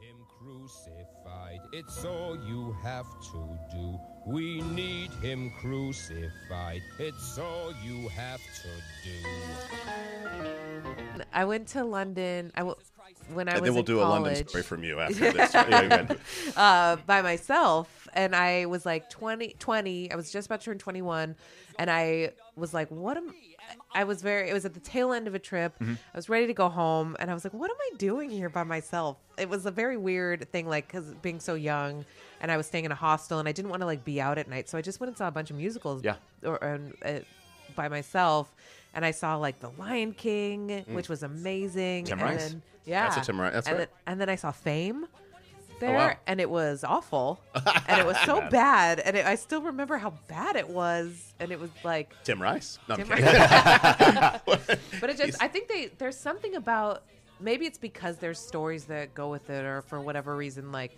Speaker 9: Him crucified, it's all you have to do. We need him crucified, it's all you have to do.
Speaker 2: I went to London. I w- when I
Speaker 1: and
Speaker 2: was
Speaker 1: then we'll
Speaker 2: in
Speaker 1: do a london
Speaker 2: college
Speaker 1: story from you after this Yeah, go ahead.
Speaker 2: uh, by myself, and I was like 20, 20. I was just about to turn twenty one, and I was like, "What am?" I was very. It was at the tail end of a trip.
Speaker 1: Mm-hmm.
Speaker 2: I was ready to go home, and I was like, "What am I doing here by myself?" It was a very weird thing, like because being so young, and I was staying in a hostel, and I didn't want to like be out at night, so I just went and saw a bunch of musicals.
Speaker 3: Yeah.
Speaker 2: or and. Uh, by myself, and I saw like The Lion King, which was amazing.
Speaker 3: Tim
Speaker 2: and
Speaker 3: Rice?
Speaker 2: Then, yeah,
Speaker 1: Tim Rice, Mm. that's
Speaker 2: and
Speaker 1: right.
Speaker 2: Then, and then I saw Fame, there,
Speaker 3: Oh, wow.
Speaker 2: and it was awful, and it was so bad, and it, I still remember how bad it was, and it was like
Speaker 1: Tim Rice. No, I'm
Speaker 2: Tim
Speaker 1: kidding.
Speaker 2: But it just, I think they there's something about maybe it's because there's stories that go with it, or for whatever reason, like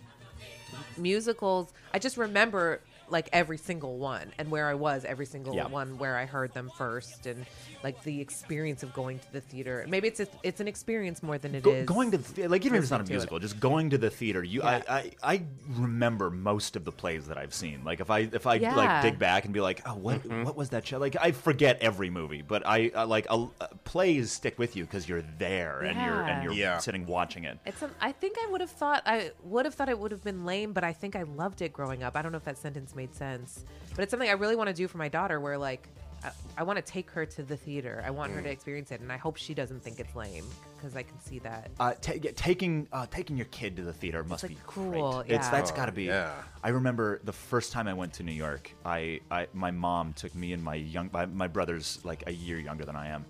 Speaker 2: musicals. I just remember like every single one and where I was every single
Speaker 3: Yeah.
Speaker 2: one where I heard them first, and like the experience of going to the theater. Maybe it's a, it's an experience more than it is
Speaker 3: Go, going to the theater, like even if it's not a
Speaker 2: listening to
Speaker 3: musical, just going to the theater. You, I, I, I remember most of the plays that I've seen. Like if I, if I
Speaker 2: Yeah.
Speaker 3: like dig back and be like, oh, what, what was that show? Like I forget every movie, but I, I like a, uh, plays stick with you because you're there and you're and
Speaker 2: Yeah.
Speaker 3: you're
Speaker 1: Yeah.
Speaker 3: sitting watching it.
Speaker 2: It's. Some, I think I would have thought I would have thought it would have been lame, but I think I loved it growing up. I don't know if that sentence made sense, but it's something I really want to do for my daughter. Where like, I, I want to take her to the theater. I want her to experience it, and I hope she doesn't think it's lame because I can see that.
Speaker 3: Uh, ta- yeah, taking uh, taking your kid to the theater must
Speaker 2: like,
Speaker 3: be
Speaker 2: cool,
Speaker 3: Great. It's
Speaker 2: yeah.
Speaker 3: that's got to be.
Speaker 1: Oh, yeah.
Speaker 3: I remember the first time I went to New York. I, I my mom took me and my young my, my brother's like a year younger than I am,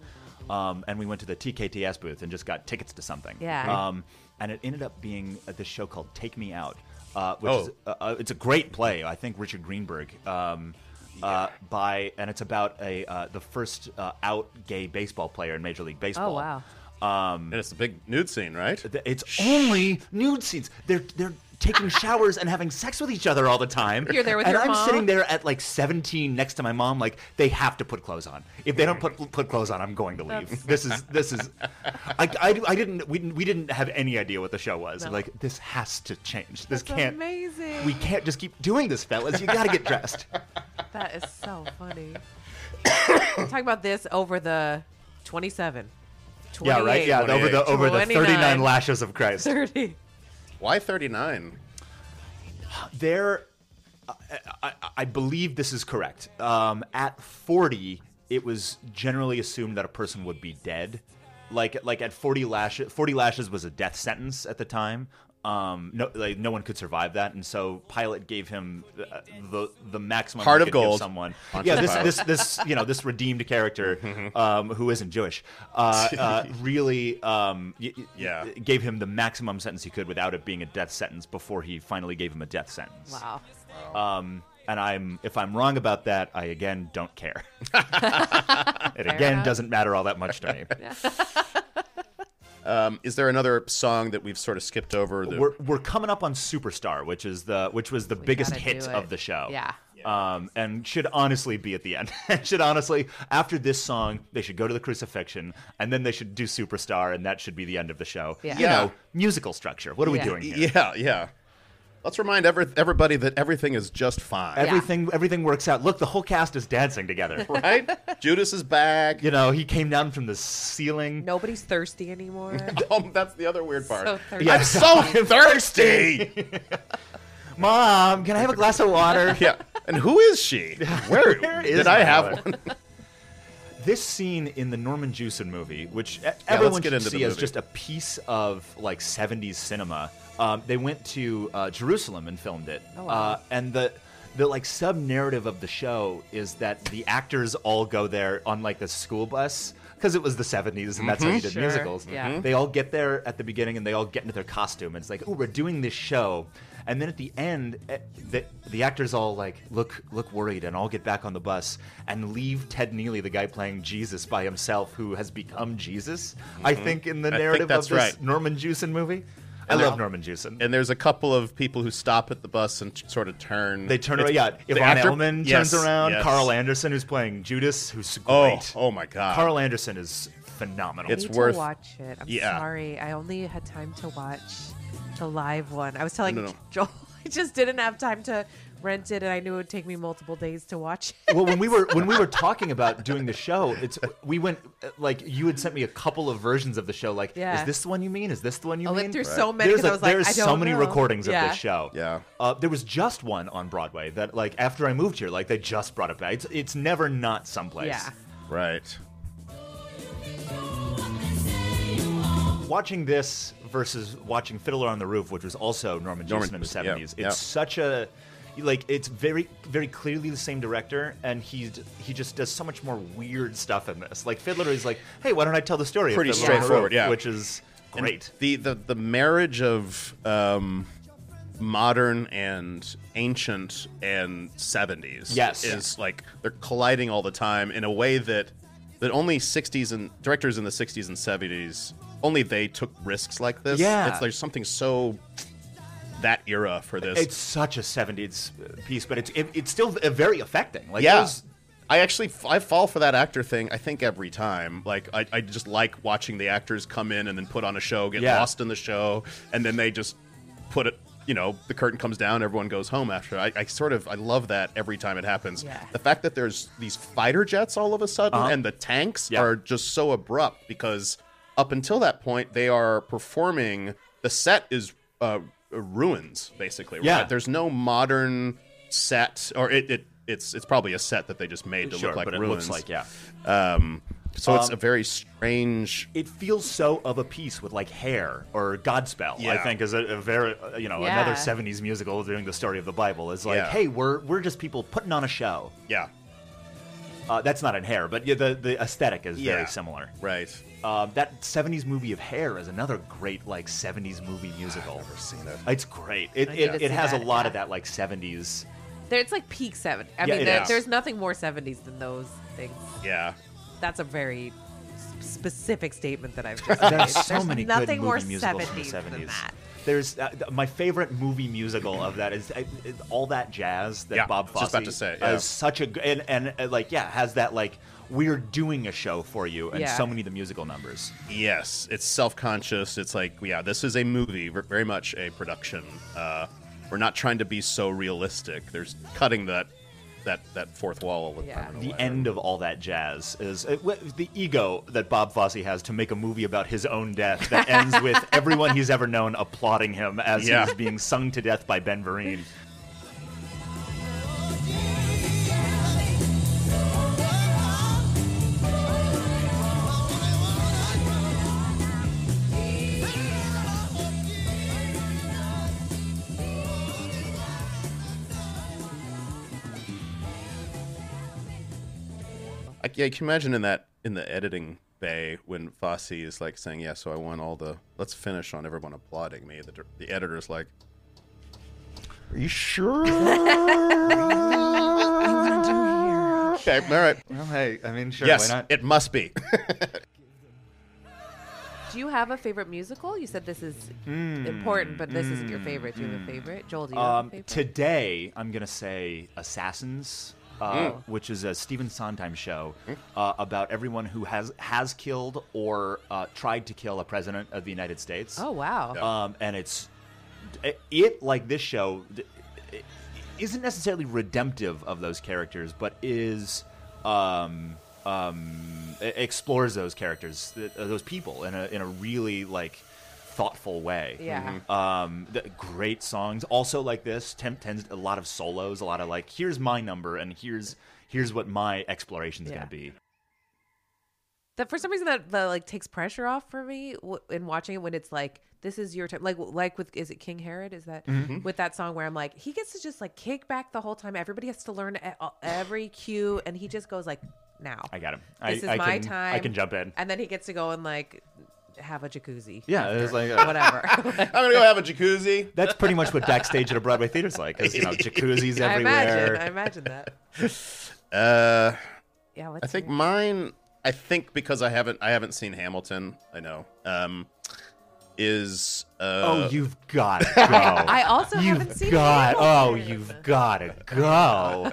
Speaker 3: um, and we went to the TKTS booth and just got tickets to something.
Speaker 2: Yeah.
Speaker 3: Um, and it ended up being uh, this show called Take Me Out, uh, which
Speaker 1: Oh.
Speaker 3: is uh, uh, it's a great play. I think Richard Greenberg. Um, uh, by and it's about a uh, the first uh, out gay baseball player in Major League Baseball.
Speaker 2: Oh, wow.
Speaker 1: And it's the big nude scene, right?
Speaker 3: Th- It's only nude scenes. They're they're taking showers and having sex with each other all the time.
Speaker 2: You're there with
Speaker 3: and
Speaker 2: your
Speaker 3: I'm
Speaker 2: mom?
Speaker 3: sitting there at like 17 next to my mom. Like they have to put clothes on. If they don't put put clothes on, I'm going to leave. This is this is. I, I, I didn't we, didn't- we didn't have any idea what the show was.
Speaker 2: No.
Speaker 3: Like this has to change.
Speaker 2: That's
Speaker 3: This can't.
Speaker 2: amazing.
Speaker 3: We can't just keep doing this, fellas. You got to get dressed.
Speaker 2: That is so funny. Talking about this over the twenty-seven.
Speaker 3: yeah, right. Yeah,
Speaker 2: 28,
Speaker 3: over the over the
Speaker 2: 29.
Speaker 3: 39 lashes of Christ.
Speaker 2: 30.
Speaker 1: Why 39?
Speaker 3: there I, I, I believe this is correct um, at 40 it was generally assumed that a person would be dead like like at 40 lashes 40 lashes was a death sentence at the time um, no like no one could survive that and so pilate gave him uh, the the maximum
Speaker 1: Heart
Speaker 3: he
Speaker 1: of
Speaker 3: could give
Speaker 1: gold.
Speaker 3: someone
Speaker 1: Pontius
Speaker 3: yeah this,
Speaker 1: Pilate.
Speaker 3: this this you know this redeemed character um, who isn't Jewish uh, uh, really um, y- y-
Speaker 1: Yeah.
Speaker 3: gave him the maximum sentence he could without it being a death sentence before he finally gave him a death sentence
Speaker 2: Wow.
Speaker 3: um, and I'm if I'm wrong about that, I again don't care. it again
Speaker 2: enough.
Speaker 3: doesn't matter all that much to me.
Speaker 1: Um, is there another song that we've sort of skipped over? That,
Speaker 3: We're we're coming up on Superstar, which is the which was the biggest
Speaker 2: gotta
Speaker 3: hit
Speaker 2: do
Speaker 3: of
Speaker 2: it.
Speaker 3: the show.
Speaker 2: Yeah.
Speaker 3: Um, and should honestly be at the end. It should honestly, after this song, they should go to the crucifixion, and then they should do Superstar, and that should be the end of the show.
Speaker 2: Yeah.
Speaker 3: You know, musical structure. What are
Speaker 2: Yeah.
Speaker 3: we doing here?
Speaker 1: yeah, yeah. Let's remind every, everybody that everything is just fine,
Speaker 3: Everything everything works out. Look, the whole cast is dancing together.
Speaker 1: right? Judas is back.
Speaker 3: you know, he came down from the ceiling.
Speaker 2: Nobody's thirsty anymore.
Speaker 1: Oh, that's the other weird part.
Speaker 2: so thirsty.
Speaker 1: I'm so thirsty.
Speaker 3: Mom, can I have a glass of water?
Speaker 1: yeah. And who is she? Where,
Speaker 3: is
Speaker 1: did I
Speaker 3: my
Speaker 1: have
Speaker 3: wife?
Speaker 1: one?
Speaker 3: this scene in the Norman Jewison movie, which e- everyone
Speaker 1: get
Speaker 3: should
Speaker 1: into the
Speaker 3: see as
Speaker 1: movie.
Speaker 3: just a piece of like '70s cinema. Um, they went to uh, Jerusalem and filmed it,
Speaker 2: Oh,
Speaker 3: uh, and the the like sub narrative of the show is that the actors all go there on like the school bus because it was the 70s and that's how you did
Speaker 2: Mm-hmm. Sure,
Speaker 3: musicals.
Speaker 2: yeah. Mhm.
Speaker 3: They all get there at the beginning and they all get into their costume. And it's like, oh, we're doing this show. And then at the end, eh, the, the actors all like look look worried and all get back on the bus and leave Ted Neely, the guy playing Jesus, by himself, who has become Jesus. I
Speaker 2: Mm-hmm.
Speaker 3: think in the
Speaker 1: think
Speaker 3: narrative
Speaker 1: that's
Speaker 3: of this
Speaker 1: right.
Speaker 3: Norman Jewison movie. I
Speaker 1: And
Speaker 3: love
Speaker 1: they're-
Speaker 3: Norman Jewison.
Speaker 1: And there's a couple of people who stop at the bus and t- sort of turn.
Speaker 3: they turn
Speaker 1: It's-
Speaker 3: around. Yeah,
Speaker 1: the
Speaker 3: Yvonne
Speaker 1: actor-
Speaker 3: Elman
Speaker 1: Yes,
Speaker 3: turns around.
Speaker 1: yes.
Speaker 3: Carl Anderson, who's playing Judas, who's
Speaker 1: Oh,
Speaker 3: great.
Speaker 1: oh my God.
Speaker 3: Carl Anderson is phenomenal.
Speaker 1: It's
Speaker 2: need
Speaker 1: worth-
Speaker 2: to watch it. I'm
Speaker 1: Yeah.
Speaker 2: sorry, I only had time to watch the live one. I was telling
Speaker 1: No, no, no.
Speaker 2: Joel, I just didn't have time to rent it, and I knew it would take me multiple days to watch it.
Speaker 3: well when we were when we were talking about doing the show it's we went uh, like you had sent me a couple of versions of the show like
Speaker 2: Yeah.
Speaker 3: is this the one you mean is this the one you
Speaker 2: I
Speaker 3: mean
Speaker 2: went through so many
Speaker 3: there's,
Speaker 2: because I
Speaker 3: a-
Speaker 2: was like,
Speaker 3: there's
Speaker 2: I
Speaker 3: so
Speaker 2: don't
Speaker 3: many
Speaker 2: know.
Speaker 3: recordings of
Speaker 2: Yeah.
Speaker 3: this show
Speaker 1: Yeah.
Speaker 3: uh, there was just one on broadway that like after i moved here like they just brought it back it's, it's never not someplace
Speaker 2: Yeah.
Speaker 1: Right.
Speaker 3: watching this versus watching Fiddler on the Roof, which was also Norman
Speaker 1: Norman-
Speaker 3: Jewison in the
Speaker 1: yeah,
Speaker 3: seventies.
Speaker 1: yeah.
Speaker 3: It's such a like it's very very clearly the same director, and he he just does so much more weird stuff in this. Like Fiddler is like, hey, why don't I tell the story? of
Speaker 1: Pretty
Speaker 3: Fiddler on the
Speaker 1: straightforward,
Speaker 3: Roof?"
Speaker 1: yeah.
Speaker 3: which is
Speaker 1: And
Speaker 3: great.
Speaker 1: The, the the marriage of um, modern and ancient and 70s.
Speaker 3: Yes.
Speaker 1: Is like they're colliding all the time in a way that that only 60s and directors in the 60s and 70s only they took risks like this.
Speaker 3: Yeah.
Speaker 1: It's there's something so that era for this.
Speaker 3: It's such a '70s piece, but it's it, it's still uh, very affecting. Like
Speaker 1: yeah.
Speaker 3: those-
Speaker 1: I actually I fall for that actor thing. I think every time, like I, I just like watching the actors come in and then put on a show, get
Speaker 3: Yeah.
Speaker 1: lost in the show, and then they just put it. You know, the curtain comes down, everyone goes home after. I, I sort of I love that every time it happens.
Speaker 2: Yeah.
Speaker 1: The fact that there's these fighter jets all of a sudden and the tanks
Speaker 3: Uh-huh. Yeah.
Speaker 1: are just so abrupt because up until that point they are performing. The set is uh, ruins basically.
Speaker 3: Yeah.
Speaker 1: right? there's no modern set or it. it it's, it's probably a set that they just made to
Speaker 3: sure,
Speaker 1: look like
Speaker 3: but it
Speaker 1: ruins.
Speaker 3: looks like yeah.
Speaker 1: Um, so it's
Speaker 3: Um,
Speaker 1: a very strange.
Speaker 3: It feels so of a piece with like Hair or Godspell. I
Speaker 1: Yeah.
Speaker 3: think is a, a very uh, you know
Speaker 2: Yeah.
Speaker 3: another '70s musical doing the story of the Bible is like,
Speaker 1: Yeah.
Speaker 3: hey, we're we're just people putting on a show.
Speaker 1: Yeah,
Speaker 3: Uh, that's not in Hair, but yeah, the the aesthetic is
Speaker 1: Yeah.
Speaker 3: very similar.
Speaker 1: right.
Speaker 3: Um, that '70s movie of Hair is another great like '70s movie musical. I've never seen it. It's great. It
Speaker 2: I need
Speaker 3: it,
Speaker 2: to
Speaker 3: it
Speaker 2: see
Speaker 3: has a
Speaker 2: that,
Speaker 3: lot
Speaker 2: yeah.
Speaker 3: of that like '70s.
Speaker 2: There, it's like peak 70s. I
Speaker 3: Yeah,
Speaker 2: mean,
Speaker 3: it
Speaker 2: there,
Speaker 3: is.
Speaker 2: there's nothing more 70s than those things.
Speaker 1: Yeah,
Speaker 2: That's a very s- specific statement that I've just made.
Speaker 3: There's so many
Speaker 2: nothing
Speaker 3: good movie
Speaker 2: more
Speaker 3: musicals
Speaker 2: 70s,
Speaker 3: from the
Speaker 2: than
Speaker 3: seventies.
Speaker 2: that.
Speaker 3: There's uh, th- my favorite movie musical of that is, uh, is all that jazz that
Speaker 1: Yeah, I
Speaker 3: Bob
Speaker 1: was
Speaker 3: Fosse
Speaker 1: just about to say,
Speaker 3: uh,
Speaker 1: yeah.
Speaker 3: is such a g- and and uh, like yeah has that like we're doing a show for you and
Speaker 2: Yeah.
Speaker 3: so many of the musical numbers.
Speaker 1: yes. It's self-conscious. It's like, yeah, this is a movie, ver- very much a production. Uh, we're not trying to be so realistic. There's cutting that that that fourth wall all the
Speaker 2: Yeah.
Speaker 1: time. in a
Speaker 3: The
Speaker 1: way.
Speaker 3: end of all that jazz is uh, wh- the ego that Bob Fosse has to make a movie about his own death that ends with everyone he's ever known applauding him as
Speaker 1: Yeah.
Speaker 3: he's being sung to death by Ben Vereen.
Speaker 1: I, yeah, you can imagine in that in the editing bay when Fosse is like saying, "Yeah, so I want all the let's finish on everyone applauding me." The dir- the editor's like,
Speaker 5: Are you sure?
Speaker 1: "Okay, all right,
Speaker 11: Well, hey, I mean, sure,
Speaker 1: yes,
Speaker 11: why not?
Speaker 1: it must be."
Speaker 2: Do you have a favorite musical? You said this is important, but this isn't your favorite. Do you have a favorite? Joel, do you have a
Speaker 3: Mm, Um,
Speaker 2: favorite?
Speaker 3: today, I'm going to say Assassins, uh,
Speaker 2: Hmm.
Speaker 3: which is a Stephen Sondheim show uh, about everyone who has has killed or uh, tried to kill a president of the United States.
Speaker 2: oh, wow.
Speaker 3: Um, and it's it, it like this show th- it isn't necessarily redemptive of those characters, but is um, um, e- explores those characters, th- uh, those people in a in a really like thoughtful way.
Speaker 2: Yeah.
Speaker 3: Um, the, great songs. Also like this, Temp tends a lot of solos, a lot of like here's my number and here's here's what my exploration is
Speaker 2: Yeah.
Speaker 3: going to be.
Speaker 2: That for some reason that, that like takes pressure off for me w- in watching it when it's like this is your time like like with is it King Herod is that
Speaker 3: Mm-hmm.
Speaker 2: with that song where I'm like he gets to just like kick back the whole time everybody has to learn e- all- every cue and he just goes like now
Speaker 3: I got him. I,
Speaker 2: this is
Speaker 3: I
Speaker 2: my
Speaker 3: can,
Speaker 2: time
Speaker 3: I can jump in.
Speaker 2: and then he gets to go and like have a jacuzzi
Speaker 11: Yeah, it's like, uh,
Speaker 2: whatever
Speaker 1: I'm gonna go have a jacuzzi.
Speaker 3: That's pretty much what backstage at a Broadway theater's like. Is, you know, jacuzzis
Speaker 2: I
Speaker 3: everywhere.
Speaker 2: imagine I imagine that
Speaker 1: Uh,
Speaker 2: yeah what's
Speaker 1: I think
Speaker 2: your-
Speaker 1: mine. I think because I haven't I haven't seen Hamilton. I know. Um, is uh,
Speaker 3: oh, you've got to go. I
Speaker 2: also
Speaker 3: you've
Speaker 2: haven't seen
Speaker 3: got. Oh,
Speaker 2: Hamilton.
Speaker 3: you've got to go.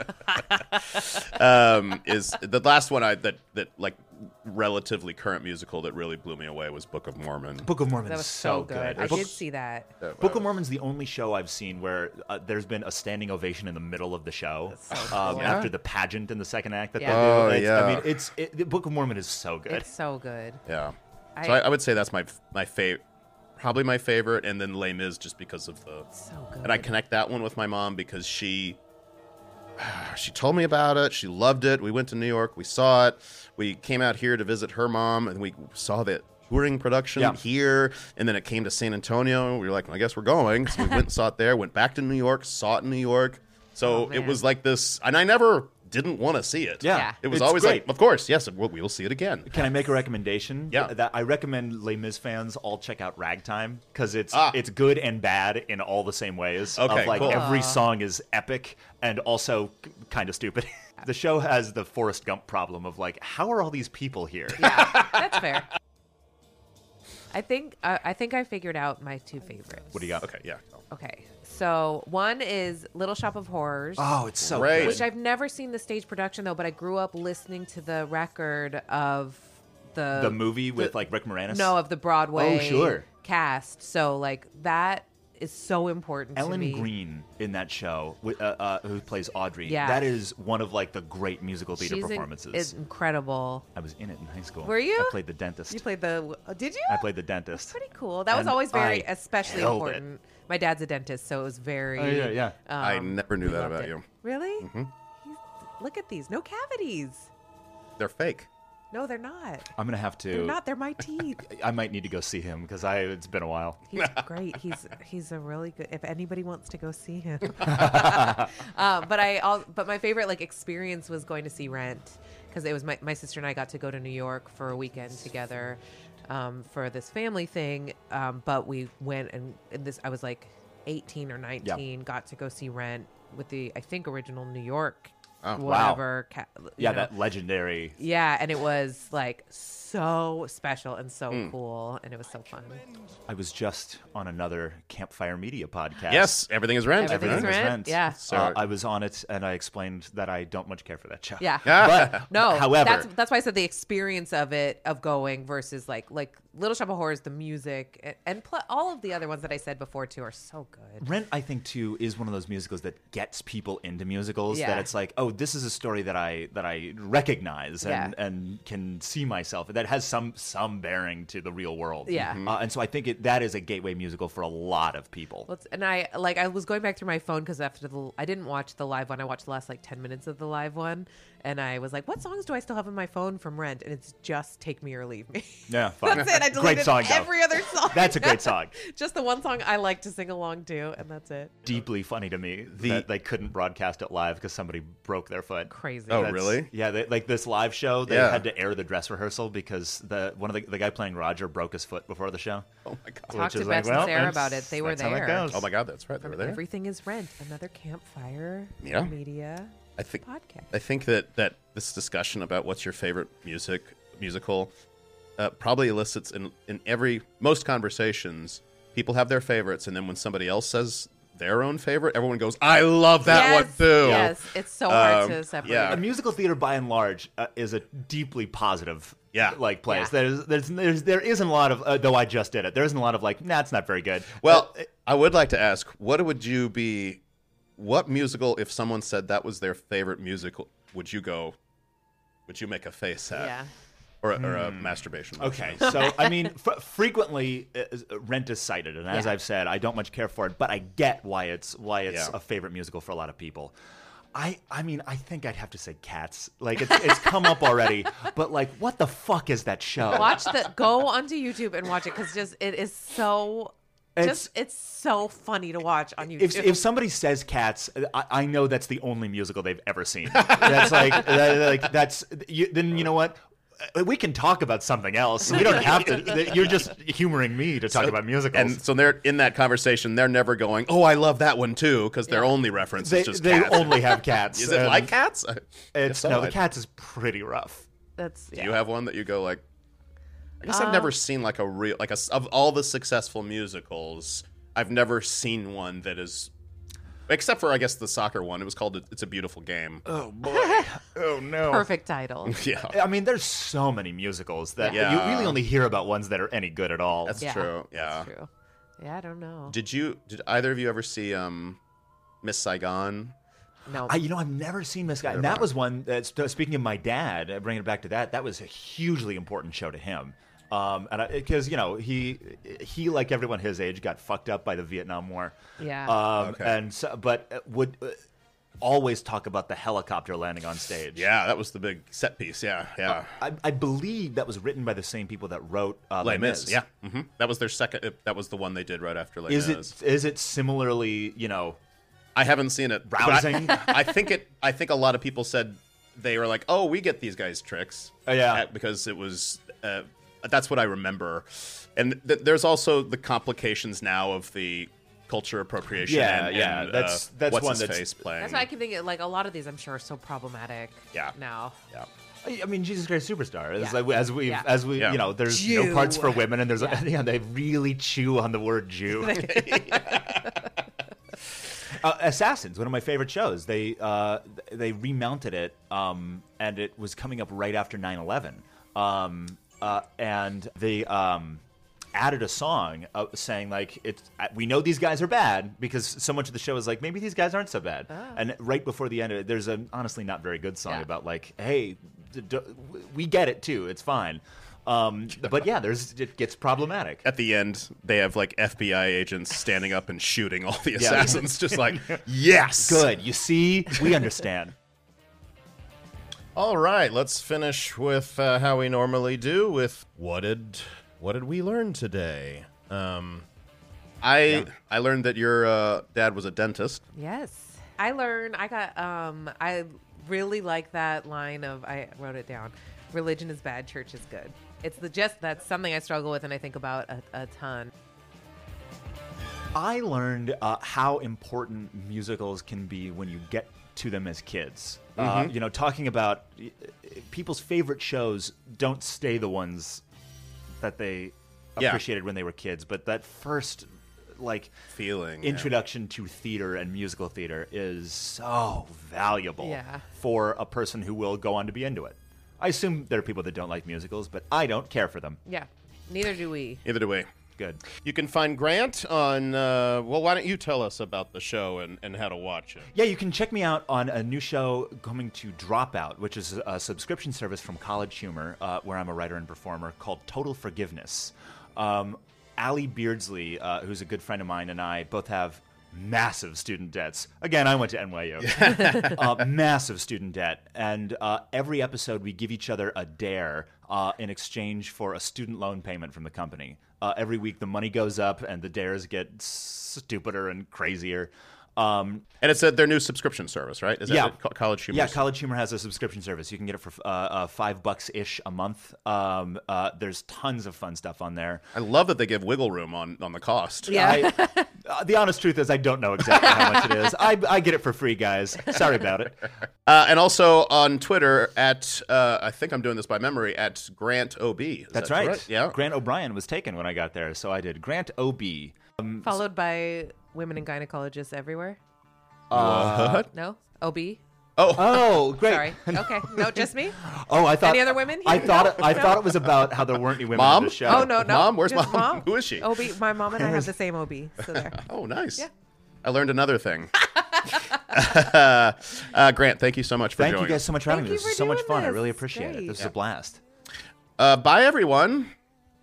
Speaker 1: um is the last one I that that like relatively current musical that really blew me away was Book of Mormon.
Speaker 3: Book of Mormon
Speaker 2: that
Speaker 3: is
Speaker 2: was
Speaker 3: so good.
Speaker 2: I
Speaker 3: Book,
Speaker 2: did see that
Speaker 3: Book of Mormon's the only show I've seen where uh, there's been a standing ovation in the middle of the show um, after the pageant in the second act that
Speaker 2: Yeah.
Speaker 3: they do.
Speaker 1: Oh,
Speaker 3: It's-
Speaker 1: yeah.
Speaker 3: I mean, it's it, the Book of Mormon is so good.
Speaker 2: it's so good
Speaker 1: yeah.
Speaker 2: I-
Speaker 1: so I, I would say that's my my favorite, probably my favorite, and then Les Mis just because of the
Speaker 2: so good
Speaker 1: and I connect that one with my mom because she she told me about it. She loved it. We went to New York. We saw it. We came out here to visit her mom, and we saw the touring production
Speaker 3: Yeah.
Speaker 1: here. And then it came to San Antonio. We were like, well, I guess we're going. So we went and saw it there. Went back to New York. Saw it in New York. So
Speaker 2: Oh,
Speaker 1: it
Speaker 2: man.
Speaker 1: was like this, and I never didn't want to see it.
Speaker 3: Yeah.
Speaker 2: Yeah.
Speaker 1: It was
Speaker 3: It's
Speaker 1: always
Speaker 3: great.
Speaker 1: like, of course, yes, we'll, we'll see it again.
Speaker 3: Can I make a recommendation?
Speaker 1: Yeah.
Speaker 3: That I recommend Les Mis fans all check out Ragtime because it's
Speaker 1: Ah.
Speaker 3: it's good and bad in all the same ways.
Speaker 1: Okay,
Speaker 3: of like
Speaker 1: cool.
Speaker 3: every song is epic and also kind of stupid. the show has the Forrest Gump problem of like, how are all these people here?
Speaker 2: Yeah, that's fair. I think uh, I think I figured out my two favorites.
Speaker 3: What do you got?
Speaker 1: Okay, yeah.
Speaker 2: Okay, so one is Little Shop of Horrors.
Speaker 3: Oh, it's so
Speaker 1: Great.
Speaker 3: good.
Speaker 2: which I've never seen the stage production though, but I grew up listening to the record of the
Speaker 3: the movie with like Rick Moranis.
Speaker 2: no of the Broadway
Speaker 3: Oh, sure.
Speaker 2: cast. So like that is so important. to
Speaker 3: Ellen
Speaker 2: me.
Speaker 3: Green in that show, wi- uh, uh, who plays Audrey,
Speaker 2: Yeah.
Speaker 3: that is one of like the great musical theater
Speaker 2: She's in-
Speaker 3: performances.
Speaker 2: is incredible.
Speaker 3: I was in it in high school.
Speaker 2: Were you?
Speaker 3: I played the dentist.
Speaker 2: You played the? oh, Did you?
Speaker 3: I played the dentist.
Speaker 2: Pretty cool. That was
Speaker 3: And
Speaker 2: always very,
Speaker 3: I
Speaker 2: especially
Speaker 3: killed it.
Speaker 2: important. My dad's a dentist, so it was very.
Speaker 3: Oh, yeah, yeah.
Speaker 1: I never knew that
Speaker 2: Um, loved
Speaker 1: about
Speaker 2: it.
Speaker 1: you.
Speaker 2: Really?
Speaker 3: Mm-hmm.
Speaker 2: He's, look at these. No cavities.
Speaker 1: They're fake.
Speaker 2: No, they're not.
Speaker 3: I'm gonna have
Speaker 2: They're
Speaker 3: to.
Speaker 2: not. They're my teeth.
Speaker 3: I might need to go see him because I it's been a while.
Speaker 2: He's great. He's he's a really good. If anybody wants to go see him, um, but I all but my favorite like experience was going to see Rent because it was my my sister and I got to go to New York for a weekend together um, for this family thing. Um, but we went and, and this I was like eighteen or nineteen, got to go see Rent with the I think original New York. whatever ca- you
Speaker 3: Oh, Yeah,
Speaker 2: know.
Speaker 3: that legendary.
Speaker 2: yeah and it was like so special and so
Speaker 3: Mm.
Speaker 2: cool and it was so fun
Speaker 3: I was just on another Campfire Media podcast.
Speaker 1: Yes, everything is rent.
Speaker 2: Everything is
Speaker 3: Everything was
Speaker 2: Rent?
Speaker 3: Rent.
Speaker 2: Yeah.
Speaker 3: Uh,
Speaker 1: Sorry.
Speaker 3: I was on it and I explained that I don't much care for that show.
Speaker 2: yeah
Speaker 1: Ah,
Speaker 2: No,
Speaker 3: However-
Speaker 2: that's that's why I said the experience of it of going versus like like Little Shop of Horrors, the music, and, and pl- all of the other ones that I said before too are so good.
Speaker 3: Rent, I think too, is one of those musicals that gets people into musicals. That
Speaker 2: Yeah.
Speaker 3: it's like, oh, this is a story that I that I recognize and,
Speaker 2: Yeah.
Speaker 3: and can see myself. That has some some bearing to the real world.
Speaker 2: Yeah.
Speaker 1: Mm-hmm.
Speaker 2: Mhm.
Speaker 3: Uh, and so I think it, that is a gateway musical for a lot of people.
Speaker 2: Well, it's- and I like I was going back through my phone because after the I didn't watch the live one. I watched the last like ten minutes of the live one, and I was like, "What songs do I still have on my phone from Rent?" And it's just "Take Me or Leave Me."
Speaker 3: yeah, fine.
Speaker 2: that's it. I deleted
Speaker 3: great song, though.
Speaker 2: every other song.
Speaker 3: That's a great song.
Speaker 2: just the one song I like to sing along to, and that's it.
Speaker 3: Deeply funny to me that they couldn't broadcast it live because somebody broke their foot.
Speaker 2: Crazy.
Speaker 1: Oh,
Speaker 3: That's-
Speaker 1: really?
Speaker 3: Yeah, they, like this live show, they
Speaker 1: Yeah.
Speaker 3: had to air the dress rehearsal because the one of the, the guy playing Roger broke his foot before the show.
Speaker 1: Oh my god.
Speaker 2: Talk
Speaker 3: which
Speaker 2: to
Speaker 3: is like,
Speaker 2: Beth and
Speaker 3: well,
Speaker 2: Sarah
Speaker 3: that's-
Speaker 2: about it. They were
Speaker 3: that's how that
Speaker 2: there.
Speaker 3: goes.
Speaker 1: Oh my god, that's right. They were there.
Speaker 2: Everything is rent. Another campfire
Speaker 1: Yeah.
Speaker 2: media
Speaker 1: I think
Speaker 2: podcast.
Speaker 1: I think that that this discussion about what's your favorite music musical uh, probably elicits in in every most conversations people have their favorites and then when somebody else says their own favorite everyone goes I love that one too.
Speaker 2: Yes, it's so hard
Speaker 1: Um,
Speaker 2: to separate.
Speaker 1: yeah.
Speaker 3: a musical theater by and large uh, is a deeply positive
Speaker 1: Yeah.
Speaker 3: like place
Speaker 2: Yeah.
Speaker 3: there's, there's there's there isn't a lot of uh, though i just did it there isn't a lot of like nah it's not very good
Speaker 1: Well, I would like to ask what would you be what musical if someone said that was their favorite musical would you go would you make a face at
Speaker 2: Yeah.
Speaker 1: or, a- or a masturbation
Speaker 3: uh, okay
Speaker 1: motion?
Speaker 3: so i mean f- frequently uh, uh, rent is cited and as
Speaker 2: Yeah.
Speaker 3: i've said i don't much care for it but i get why it's why it's
Speaker 1: Yeah.
Speaker 3: a favorite musical for a lot of people I, I mean I think I'd have to say cats like it's, it's come up already but like what the fuck is that show
Speaker 2: Watch the go onto YouTube and watch it because just it is so just it's so funny to watch on YouTube.
Speaker 3: if, if somebody says cats I, I know that's the only musical they've ever seen that's like that, like that's you, then you know what Uh, we can talk about something else we don't have to you're just humoring me to talk about musicals
Speaker 1: And so they're in that conversation. They're never going. Oh, I love that one too, because their only reference
Speaker 3: they,
Speaker 1: is just
Speaker 3: they
Speaker 1: cats.
Speaker 3: only have cats
Speaker 1: Is it
Speaker 3: and
Speaker 1: like cats? I- if
Speaker 3: it's
Speaker 1: so,
Speaker 3: no the
Speaker 1: I-
Speaker 3: cats is pretty rough
Speaker 2: that's
Speaker 1: Do
Speaker 2: yeah.
Speaker 1: you have one that you go like? I guess
Speaker 2: Uh,
Speaker 1: I've never seen like a real like a s of all the successful musicals. I've never seen one that is, except for I guess the soccer one. It was called "It's a Beautiful Game."
Speaker 3: oh no
Speaker 2: perfect title.
Speaker 1: yeah,
Speaker 3: I mean, there's so many musicals that
Speaker 1: Yeah.
Speaker 3: you really only hear about ones that are any good at all.
Speaker 1: that's
Speaker 2: Yeah,
Speaker 1: true. Yeah.
Speaker 2: That's true. Yeah, I don't know.
Speaker 1: Did you? Did either of you ever see um, Miss Saigon?
Speaker 2: no,
Speaker 3: I, you know, I've never seen Miss Guy. And that was one. That, speaking of my dad, uh, bringing it back to that, that was a hugely important show to him. Um, and because you know he he like everyone his age got fucked up by the Vietnam War.
Speaker 2: Yeah.
Speaker 3: Um,
Speaker 1: Okay.
Speaker 3: And so, but would uh, always talk about the helicopter landing on stage.
Speaker 1: Yeah, that was the big set piece. Yeah, yeah.
Speaker 3: I, I believe that was written by the same people that wrote uh,
Speaker 1: Les
Speaker 3: Les
Speaker 1: Mis.
Speaker 3: Mis.
Speaker 1: Yeah, hmm that was their second. That was the one they did right after Les
Speaker 3: Is
Speaker 1: Mis.
Speaker 3: it is it similarly you know
Speaker 1: I haven't seen it. but I-
Speaker 3: Rousing.
Speaker 1: I think it. I think a lot of people said they were like, "Oh, we get these guys' tricks."
Speaker 3: Oh, yeah.
Speaker 1: Uh, because it was. Uh, that's what I remember, and th- there's also the complications now of the culture appropriation.
Speaker 3: Yeah,
Speaker 1: and,
Speaker 3: yeah,
Speaker 1: and,
Speaker 3: that's-
Speaker 1: uh,
Speaker 3: that's
Speaker 1: what's
Speaker 3: one
Speaker 1: his
Speaker 3: that's-
Speaker 1: face playing.
Speaker 2: That's why I keep thinking like a lot of these I'm sure are so problematic.
Speaker 1: Yeah.
Speaker 2: Now.
Speaker 1: yeah.
Speaker 3: I I mean, Jesus Christ Superstar. As,
Speaker 2: Yeah.
Speaker 3: we- as we,
Speaker 2: Yeah.
Speaker 3: as we,
Speaker 1: Yeah.
Speaker 3: you know, there's
Speaker 2: Jew.
Speaker 3: no parts for women, and there's, yeah. they really chew on the word Jew. uh, Assassins, one of my favorite shows. They uh, th- they remounted it, um, and it was coming up right after 9/11, um, uh, and they um, added a song uh, saying like it's uh, we know these guys are bad because so much of the show is like maybe these guys aren't so bad. And right before the end, of it, there's an honestly not very good song
Speaker 2: Yeah.
Speaker 3: about like hey, d- d- we get it too, it's fine. Um, but yeah, there's it gets problematic.
Speaker 1: At the end, they have like FBI agents standing up and shooting all the
Speaker 3: Yeah.
Speaker 1: assassins, just like yes,
Speaker 3: Good, you see, we understand.
Speaker 5: All right, let's finish with uh, how we normally do with what did what did we learn today? Um,
Speaker 1: I I learned that your uh, dad was a dentist.
Speaker 2: Yes. I learned I got um I really like that line of I wrote it down. Religion is bad, church is good. It's the just that's something I struggle with and I think about a, a ton.
Speaker 3: I learned uh, how important musicals can be when you get to them as kids. Uh,
Speaker 1: Mm-hmm.
Speaker 3: you know, talking about uh, people's favorite shows don't stay the ones that they
Speaker 1: Yeah.
Speaker 3: appreciated when they were kids, but that first like
Speaker 1: Feeling, yeah.
Speaker 3: introduction to theater and musical theater is so valuable
Speaker 2: Yeah.
Speaker 3: for a person who will go on to be into it. I assume there are people that don't like musicals, but I don't care for them.
Speaker 2: Yeah. Neither do we.
Speaker 1: Either way,
Speaker 3: Good.
Speaker 5: you can find Grant on. Uh, well, why don't you tell us about the show and, and how to watch it?
Speaker 3: Yeah, you can check me out on a new show coming to Dropout, which is a subscription service from College Humor, uh, where I'm a writer and performer, called Total Forgiveness. Um, Allie Beardsley, uh, who's a good friend of mine, and I both have massive student debts. Again, I went to NYU. uh, massive student debt. And uh, every episode, we give each other a dare uh, in exchange for a student loan payment from the company. Uh, every week, the money goes up, and the dares get stupider and crazier. Um,
Speaker 1: and it's at their new subscription service, right? Is that
Speaker 3: Yeah.
Speaker 1: it? Co- College Humor?
Speaker 3: yeah, College Humor has a subscription service. You can get it for uh, uh, five bucks ish a month. Um, uh, there's tons of fun stuff on there.
Speaker 1: I love that they give wiggle room on on the cost.
Speaker 2: Yeah.
Speaker 3: I, uh, the honest truth is, I don't know exactly how much it is. I, I get it for free, guys. Sorry about it.
Speaker 1: Uh, and also on Twitter at uh, I think I'm doing this by memory at Grant Ob. Is
Speaker 3: That's
Speaker 1: that
Speaker 3: right.
Speaker 1: Yeah.
Speaker 3: Grant O'Brien was taken when I got there, so I did Grant OB.
Speaker 1: Mm,
Speaker 2: Followed by women and gynecologists everywhere.
Speaker 1: Uh,
Speaker 2: No? OB?
Speaker 3: Oh, great.
Speaker 2: Sorry. Okay. No, just me?
Speaker 3: Oh, I thought
Speaker 2: Any other women
Speaker 3: I
Speaker 2: here?
Speaker 3: thought it,
Speaker 2: No?
Speaker 3: I
Speaker 2: No?
Speaker 3: thought it was about how there weren't any women on
Speaker 1: Mom?
Speaker 3: the show.
Speaker 2: Oh no, no.
Speaker 1: Mom? Where's
Speaker 2: just
Speaker 1: Mom? Who is she?
Speaker 2: OB my mom and I have the same OB. So there.
Speaker 1: oh, nice.
Speaker 2: Yeah.
Speaker 1: I learned another thing. uh, Grant, thank you so much for
Speaker 3: Thank you
Speaker 1: joining
Speaker 3: guys so much for having
Speaker 2: Thank you
Speaker 3: me. This was
Speaker 2: for
Speaker 3: so much
Speaker 2: doing
Speaker 3: fun. I
Speaker 2: this.
Speaker 3: really
Speaker 2: It's
Speaker 3: appreciate it.
Speaker 2: great.
Speaker 3: This was a blast.
Speaker 1: us. Uh, bye, everyone.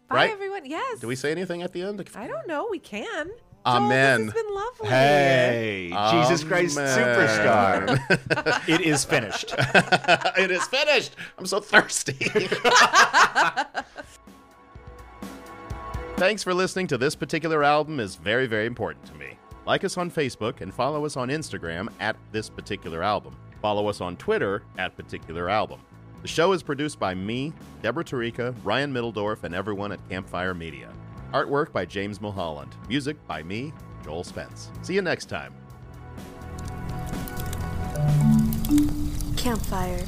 Speaker 2: Bye
Speaker 1: Right?
Speaker 2: everyone. Yes.
Speaker 1: Do we say anything at the end?
Speaker 2: I don't know. We can.
Speaker 1: Amen.
Speaker 2: Joel, this has been lovely.
Speaker 3: Hey, Jesus
Speaker 1: Um,
Speaker 3: Christ
Speaker 1: Amen.
Speaker 3: Superstar. it is finished.
Speaker 1: it is finished. I'm so thirsty.
Speaker 5: Thanks for listening to this particular album is very, very important to me. Like us on Facebook and follow us on Instagram at this particular album. Follow us on Twitter at particular album. The show is produced by me, Deborah Tarika, Ryan Middledorf, and everyone at Campfire Media. Artwork by James Mulholland. Music by me, Joel Spence. See you next time.
Speaker 8: Campfire.